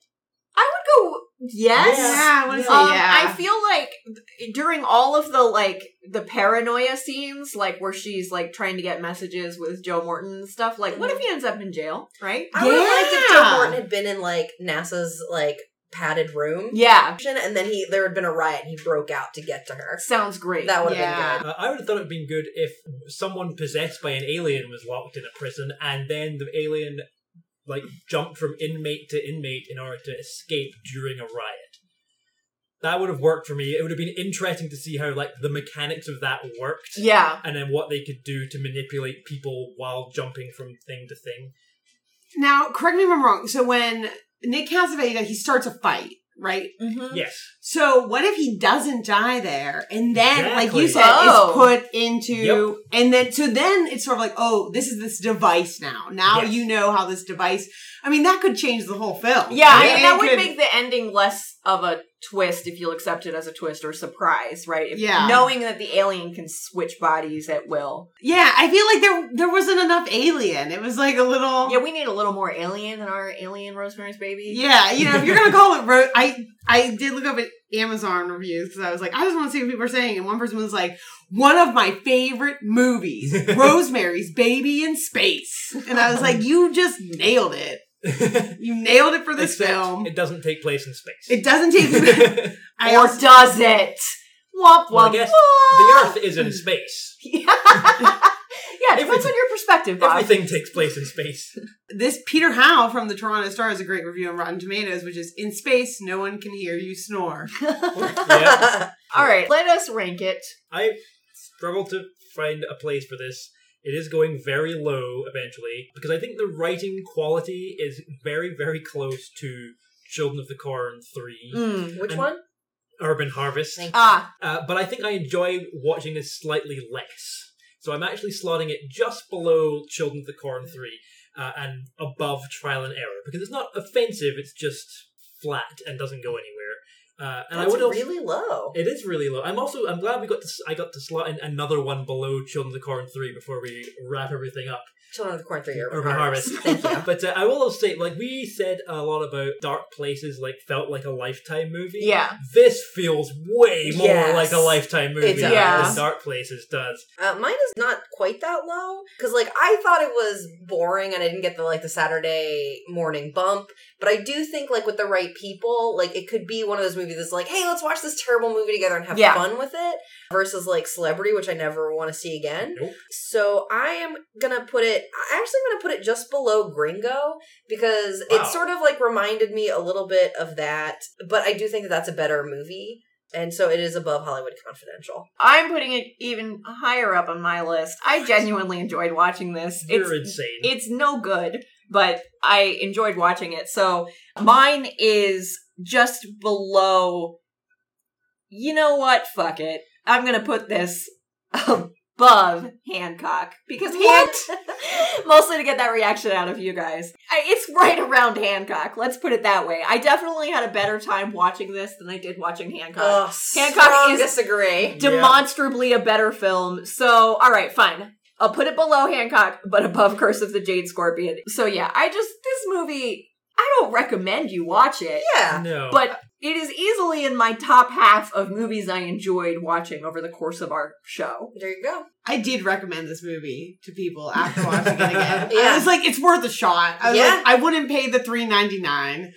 [SPEAKER 2] I would go yes.
[SPEAKER 4] "Yeah, I want to say
[SPEAKER 2] Um,
[SPEAKER 4] yeah."
[SPEAKER 2] I feel like th- during all of the like the paranoia scenes, like where she's like trying to get messages with Joe Morton and stuff, like what if he ends up in jail, right?
[SPEAKER 3] I would have liked if
[SPEAKER 4] Yeah.
[SPEAKER 3] Joe Morton had been in like NASA's like padded room.
[SPEAKER 2] Yeah,
[SPEAKER 3] And then he there had been a riot and he broke out to get to her.
[SPEAKER 2] sounds great.
[SPEAKER 3] That would have
[SPEAKER 4] Yeah.
[SPEAKER 3] been
[SPEAKER 5] Uh, I would have thought it would been good if someone possessed by an alien was locked in a prison and then the alien like jumped from inmate to inmate in order to escape during a riot. That would have worked for me. It would have been interesting to see how like the mechanics of that worked
[SPEAKER 2] yeah,
[SPEAKER 5] and then what they could do to manipulate people while jumping from thing to thing.
[SPEAKER 4] now, correct me if I'm wrong. So when Nick Cassavetes, he starts a fight, right?
[SPEAKER 2] Mhm.
[SPEAKER 5] Yes.
[SPEAKER 4] So what if he doesn't die there, and then, like you
[SPEAKER 5] Exactly.
[SPEAKER 4] said,
[SPEAKER 2] Oh.
[SPEAKER 4] is put into,
[SPEAKER 5] Yep.
[SPEAKER 4] and then so then it's sort of like, oh, this is this device now. Now
[SPEAKER 5] Yes.
[SPEAKER 4] you know how this device. I mean, that could change the whole film.
[SPEAKER 2] yeah. I
[SPEAKER 4] Right?
[SPEAKER 2] mean, that
[SPEAKER 4] It
[SPEAKER 2] would
[SPEAKER 4] could-
[SPEAKER 2] make the ending less of a twist if you'll accept it as a twist or surprise, right? If,
[SPEAKER 4] Yeah.
[SPEAKER 2] Knowing that the alien can switch bodies at will.
[SPEAKER 4] Yeah, I feel like there there wasn't enough alien. It was like a little
[SPEAKER 2] Yeah, we need a little more alien than our alien Rosemary's Baby.
[SPEAKER 4] Yeah, you know, if you're gonna call it road, I I did look up at Amazon reviews because I was like, I just want to see what people are saying, and one person was like, one of my favorite movies, Rosemary's Baby in Space, and I was like, you just nailed it. You nailed it for this
[SPEAKER 5] Except
[SPEAKER 4] film. It,
[SPEAKER 5] It doesn't take place in
[SPEAKER 4] <laughs>
[SPEAKER 5] space. <laughs>
[SPEAKER 4] doesn't take. I
[SPEAKER 2] or
[SPEAKER 4] also,
[SPEAKER 2] does it? Womp womp
[SPEAKER 5] Well, I guess the Earth is in space.
[SPEAKER 2] <laughs> Yeah, yeah it depends on your perspective, Bob.
[SPEAKER 5] Everything takes place in space.
[SPEAKER 4] this Peter Howe from the Toronto Star has a great review on Rotten Tomatoes, which is in space, no one can hear you snore.
[SPEAKER 5] yeah.
[SPEAKER 2] All right, let us rank it.
[SPEAKER 5] I struggled to find a place for this. It is going very low eventually because I think the writing quality is very, very close to Children of the Corn 3,
[SPEAKER 3] <laughs> Which
[SPEAKER 5] And-
[SPEAKER 3] one?
[SPEAKER 5] Urban Harvest.
[SPEAKER 3] Thank-
[SPEAKER 2] Mm. Ah,
[SPEAKER 5] Uh, but I think I enjoy watching this slightly less. So I'm actually slotting it just below Children of the Corn 3 uh, and above Trial and Error because it's not offensive, it's just flat and doesn't go anywhere. Uh, and I
[SPEAKER 3] That's
[SPEAKER 5] would also,
[SPEAKER 3] really low.
[SPEAKER 5] It is really low. I'm also I'm glad we got to s- I got to slot in another one below Children of the Corn three before we wrap everything up.
[SPEAKER 3] Children of the Corn 3 Urban,
[SPEAKER 5] Urban
[SPEAKER 3] Harvest.
[SPEAKER 2] <laughs>
[SPEAKER 5] Harvest.
[SPEAKER 3] Thank you.
[SPEAKER 5] <laughs> But uh, I will also say, like we said a lot about Dark Places, like felt like a Lifetime movie.
[SPEAKER 2] yeah.
[SPEAKER 5] This feels way more
[SPEAKER 3] Yes.
[SPEAKER 5] like a Lifetime movie
[SPEAKER 3] does.
[SPEAKER 2] Yeah.
[SPEAKER 5] than Dark Places does.
[SPEAKER 3] <laughs> Uh, mine is not quite that low because, like, I thought it was boring and I didn't get the like the Saturday morning bump. But I do think, like, with the right people, like, it could be one of those movies that's like, "Hey, let's watch this terrible movie together and have
[SPEAKER 2] Yeah.
[SPEAKER 3] fun with it," versus like Celebrity, which I never want to see again.
[SPEAKER 5] Nope.
[SPEAKER 3] So I am gonna put it. I'm actually gonna put it just below Gringo because
[SPEAKER 5] Wow.
[SPEAKER 3] it sort of like reminded me a little bit of that. But I do think that that's a better movie, and so it is above Hollywood Confidential.
[SPEAKER 2] I'm putting it even higher up on my list. I genuinely enjoyed watching this.
[SPEAKER 5] You're
[SPEAKER 2] it's
[SPEAKER 5] insane.
[SPEAKER 2] it's no good, but I enjoyed watching it. So mine is just below. You know what? Fuck it. I'm gonna put this above Hancock because what? <laughs> mostly to get that reaction out of you guys. I, it's right around Hancock. Let's put it that way. I definitely had a better time watching this than I did watching Hancock.
[SPEAKER 3] Oh,
[SPEAKER 2] Hancock
[SPEAKER 3] strong
[SPEAKER 2] is-
[SPEAKER 3] disagree.
[SPEAKER 5] Yeah.
[SPEAKER 2] demonstrably a better film. So, all right, fine. I'll put it below Hancock, but above Curse of the Jade Scorpion. So, yeah, I just, this movie, I don't recommend you watch it,
[SPEAKER 3] Yeah.
[SPEAKER 5] no,
[SPEAKER 2] <laughs>
[SPEAKER 5] <laughs>
[SPEAKER 2] but it is easily in my top half of movies I enjoyed watching over the course of our show.
[SPEAKER 3] There you go.
[SPEAKER 4] I did recommend this movie to people after
[SPEAKER 3] <laughs>
[SPEAKER 4] watching it again.
[SPEAKER 3] Yeah.
[SPEAKER 4] I was like, it's worth a shot. I was
[SPEAKER 3] Yeah.
[SPEAKER 4] like, I wouldn't pay the three ninety nine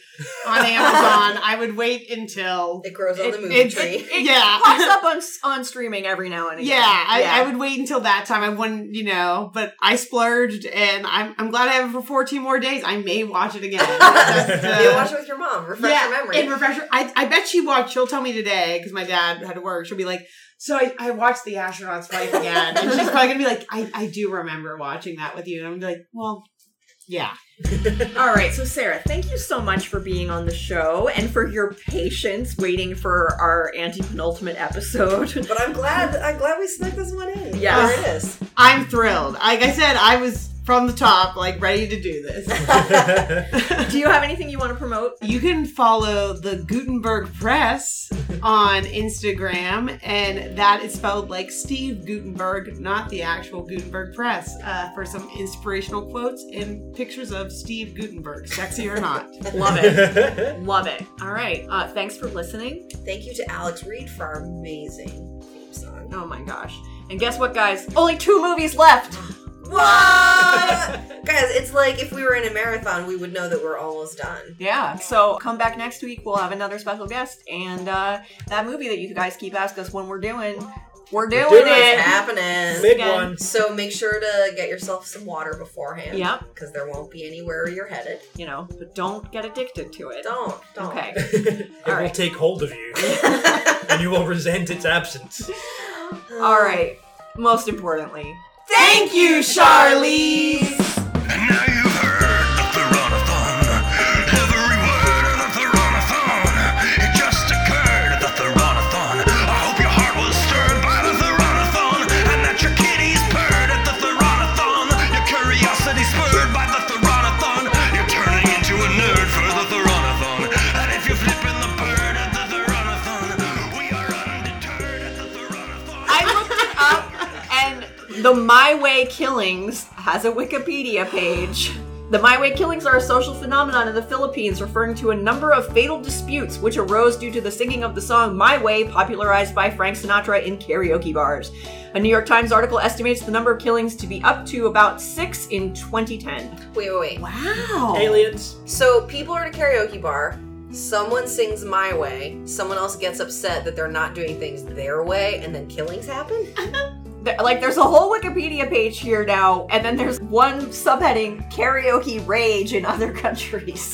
[SPEAKER 3] <laughs>
[SPEAKER 4] on Amazon. I would wait until
[SPEAKER 3] It grows on the
[SPEAKER 2] It-
[SPEAKER 3] movie
[SPEAKER 4] it-
[SPEAKER 3] tree.
[SPEAKER 2] It
[SPEAKER 4] Yeah.
[SPEAKER 2] pops up on, on streaming every now and again.
[SPEAKER 4] yeah, I, I would wait until that time. I wouldn't, you know, but I splurged and I'm I'm glad I have it for 14 more days. I may
[SPEAKER 3] <laughs>
[SPEAKER 4] watch it again. <laughs> That's, uh,
[SPEAKER 3] you watch it with your mom. Refresh your memory.
[SPEAKER 4] And refresher. I, I bet she watched. She'll tell me today because my dad had to work. She'll be like, "So I, I watched the astronaut's wife again," and she's probably gonna be like, "I, I do remember watching that with you," and I'm gonna be like, "Well, yeah."
[SPEAKER 2] All right, so Sarah, thank you so much for being on the show and for your patience waiting for our anti-penultimate episode.
[SPEAKER 3] but I'm glad. I'm glad we snuck this one in.
[SPEAKER 2] Yeah.
[SPEAKER 3] There it is.
[SPEAKER 4] I'm thrilled. Like I said, I was from the top, like ready to do this.
[SPEAKER 2] Do you have anything you want to promote?
[SPEAKER 4] You can follow the Gutenberg Press on Instagram, and that is spelled like Steve Gutenberg, not the actual Gutenberg Press, uh, for some inspirational quotes and pictures of Steve Gutenberg, sexy or not.
[SPEAKER 2] Love it. Love it. All right. Uh, thanks for listening.
[SPEAKER 3] Thank you to Alex Reed for our amazing theme song.
[SPEAKER 2] Oh my gosh. And guess what, guys? Only two movies left.
[SPEAKER 3] What? <laughs> Guys, it's like if we were in a marathon, we would know that we're almost done.
[SPEAKER 2] Yeah. So come back next week. We'll have another special guest. And uh, that movie that you guys keep asking us when we're doing, we're doing,
[SPEAKER 5] doing
[SPEAKER 2] it.
[SPEAKER 5] it.
[SPEAKER 3] It's happening.
[SPEAKER 5] Big
[SPEAKER 2] Again.
[SPEAKER 5] one. <laughs>
[SPEAKER 3] So make sure to get yourself some water beforehand.
[SPEAKER 2] Yep.
[SPEAKER 3] Because there won't be anywhere you're headed.
[SPEAKER 2] You know, but don't get addicted to it.
[SPEAKER 3] Don't. Don't.
[SPEAKER 2] Okay.
[SPEAKER 5] it will
[SPEAKER 2] right.
[SPEAKER 5] take hold of
[SPEAKER 2] <laughs>
[SPEAKER 5] you, and you will resent its absence.
[SPEAKER 2] All right. Most importantly,
[SPEAKER 4] Thank you, Charlize!
[SPEAKER 1] And now you've heard the Theronathon. Every word of the Theronathon. It just occurred that the Theronathon. I hope your heart was stirred by the Theronathon. And that your kitties purred at the Theronathon. Your curiosity spurred by the Theronathon. You're turning into a nerd for the Theronathon. And if you're flipping the bird at
[SPEAKER 2] The My Way Killings has a Wikipedia page. The My Way Killings are a social phenomenon in the Philippines referring to a number of fatal disputes which arose due to the singing of the song My Way, popularized by Frank Sinatra in karaoke bars. A New York Times article estimates the number of killings to be up to about six in 2010.
[SPEAKER 3] <laughs> Wait, wait, wait.
[SPEAKER 4] Wow.
[SPEAKER 5] Aliens. <laughs>
[SPEAKER 3] So people are at a karaoke bar. Someone sings my way. Someone else gets upset that they're not doing things their way, and then killings happen.
[SPEAKER 2] There- like, there's a whole Wikipedia page here now, and then there's one subheading karaoke rage in other countries.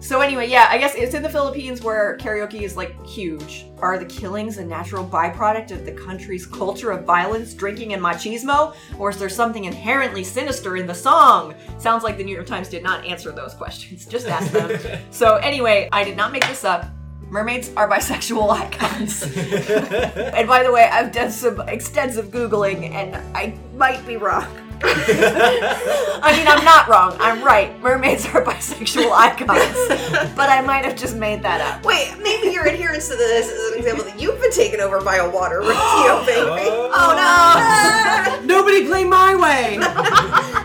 [SPEAKER 2] So anyway, yeah, I guess it's in the Philippines where karaoke is like huge. Are the killings a natural byproduct of the country's culture of violence, drinking, and machismo, or is there something inherently sinister in the song? Sounds like the New York Times did not answer those questions. Just ask them. so anyway, I did not make this up. Mermaids are bisexual <laughs> icons. and by the way, I've done some extensive googling, and I might be wrong. I mean, I'm not wrong. I'm right. Mermaids are bisexual icons. but I might have just made that up.
[SPEAKER 3] Wait, maybe your adherence to this is an example that you've been taken over by a
[SPEAKER 2] <gasps>
[SPEAKER 3] water radio, baby.
[SPEAKER 2] Oh no! <laughs>
[SPEAKER 4] Nobody play my way.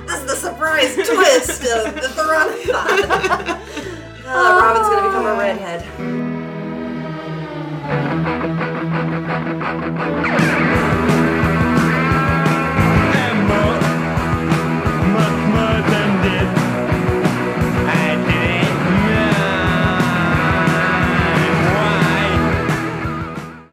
[SPEAKER 3] This is the surprise twist of the Theronopod. Uh, Robin's gonna become a redhead.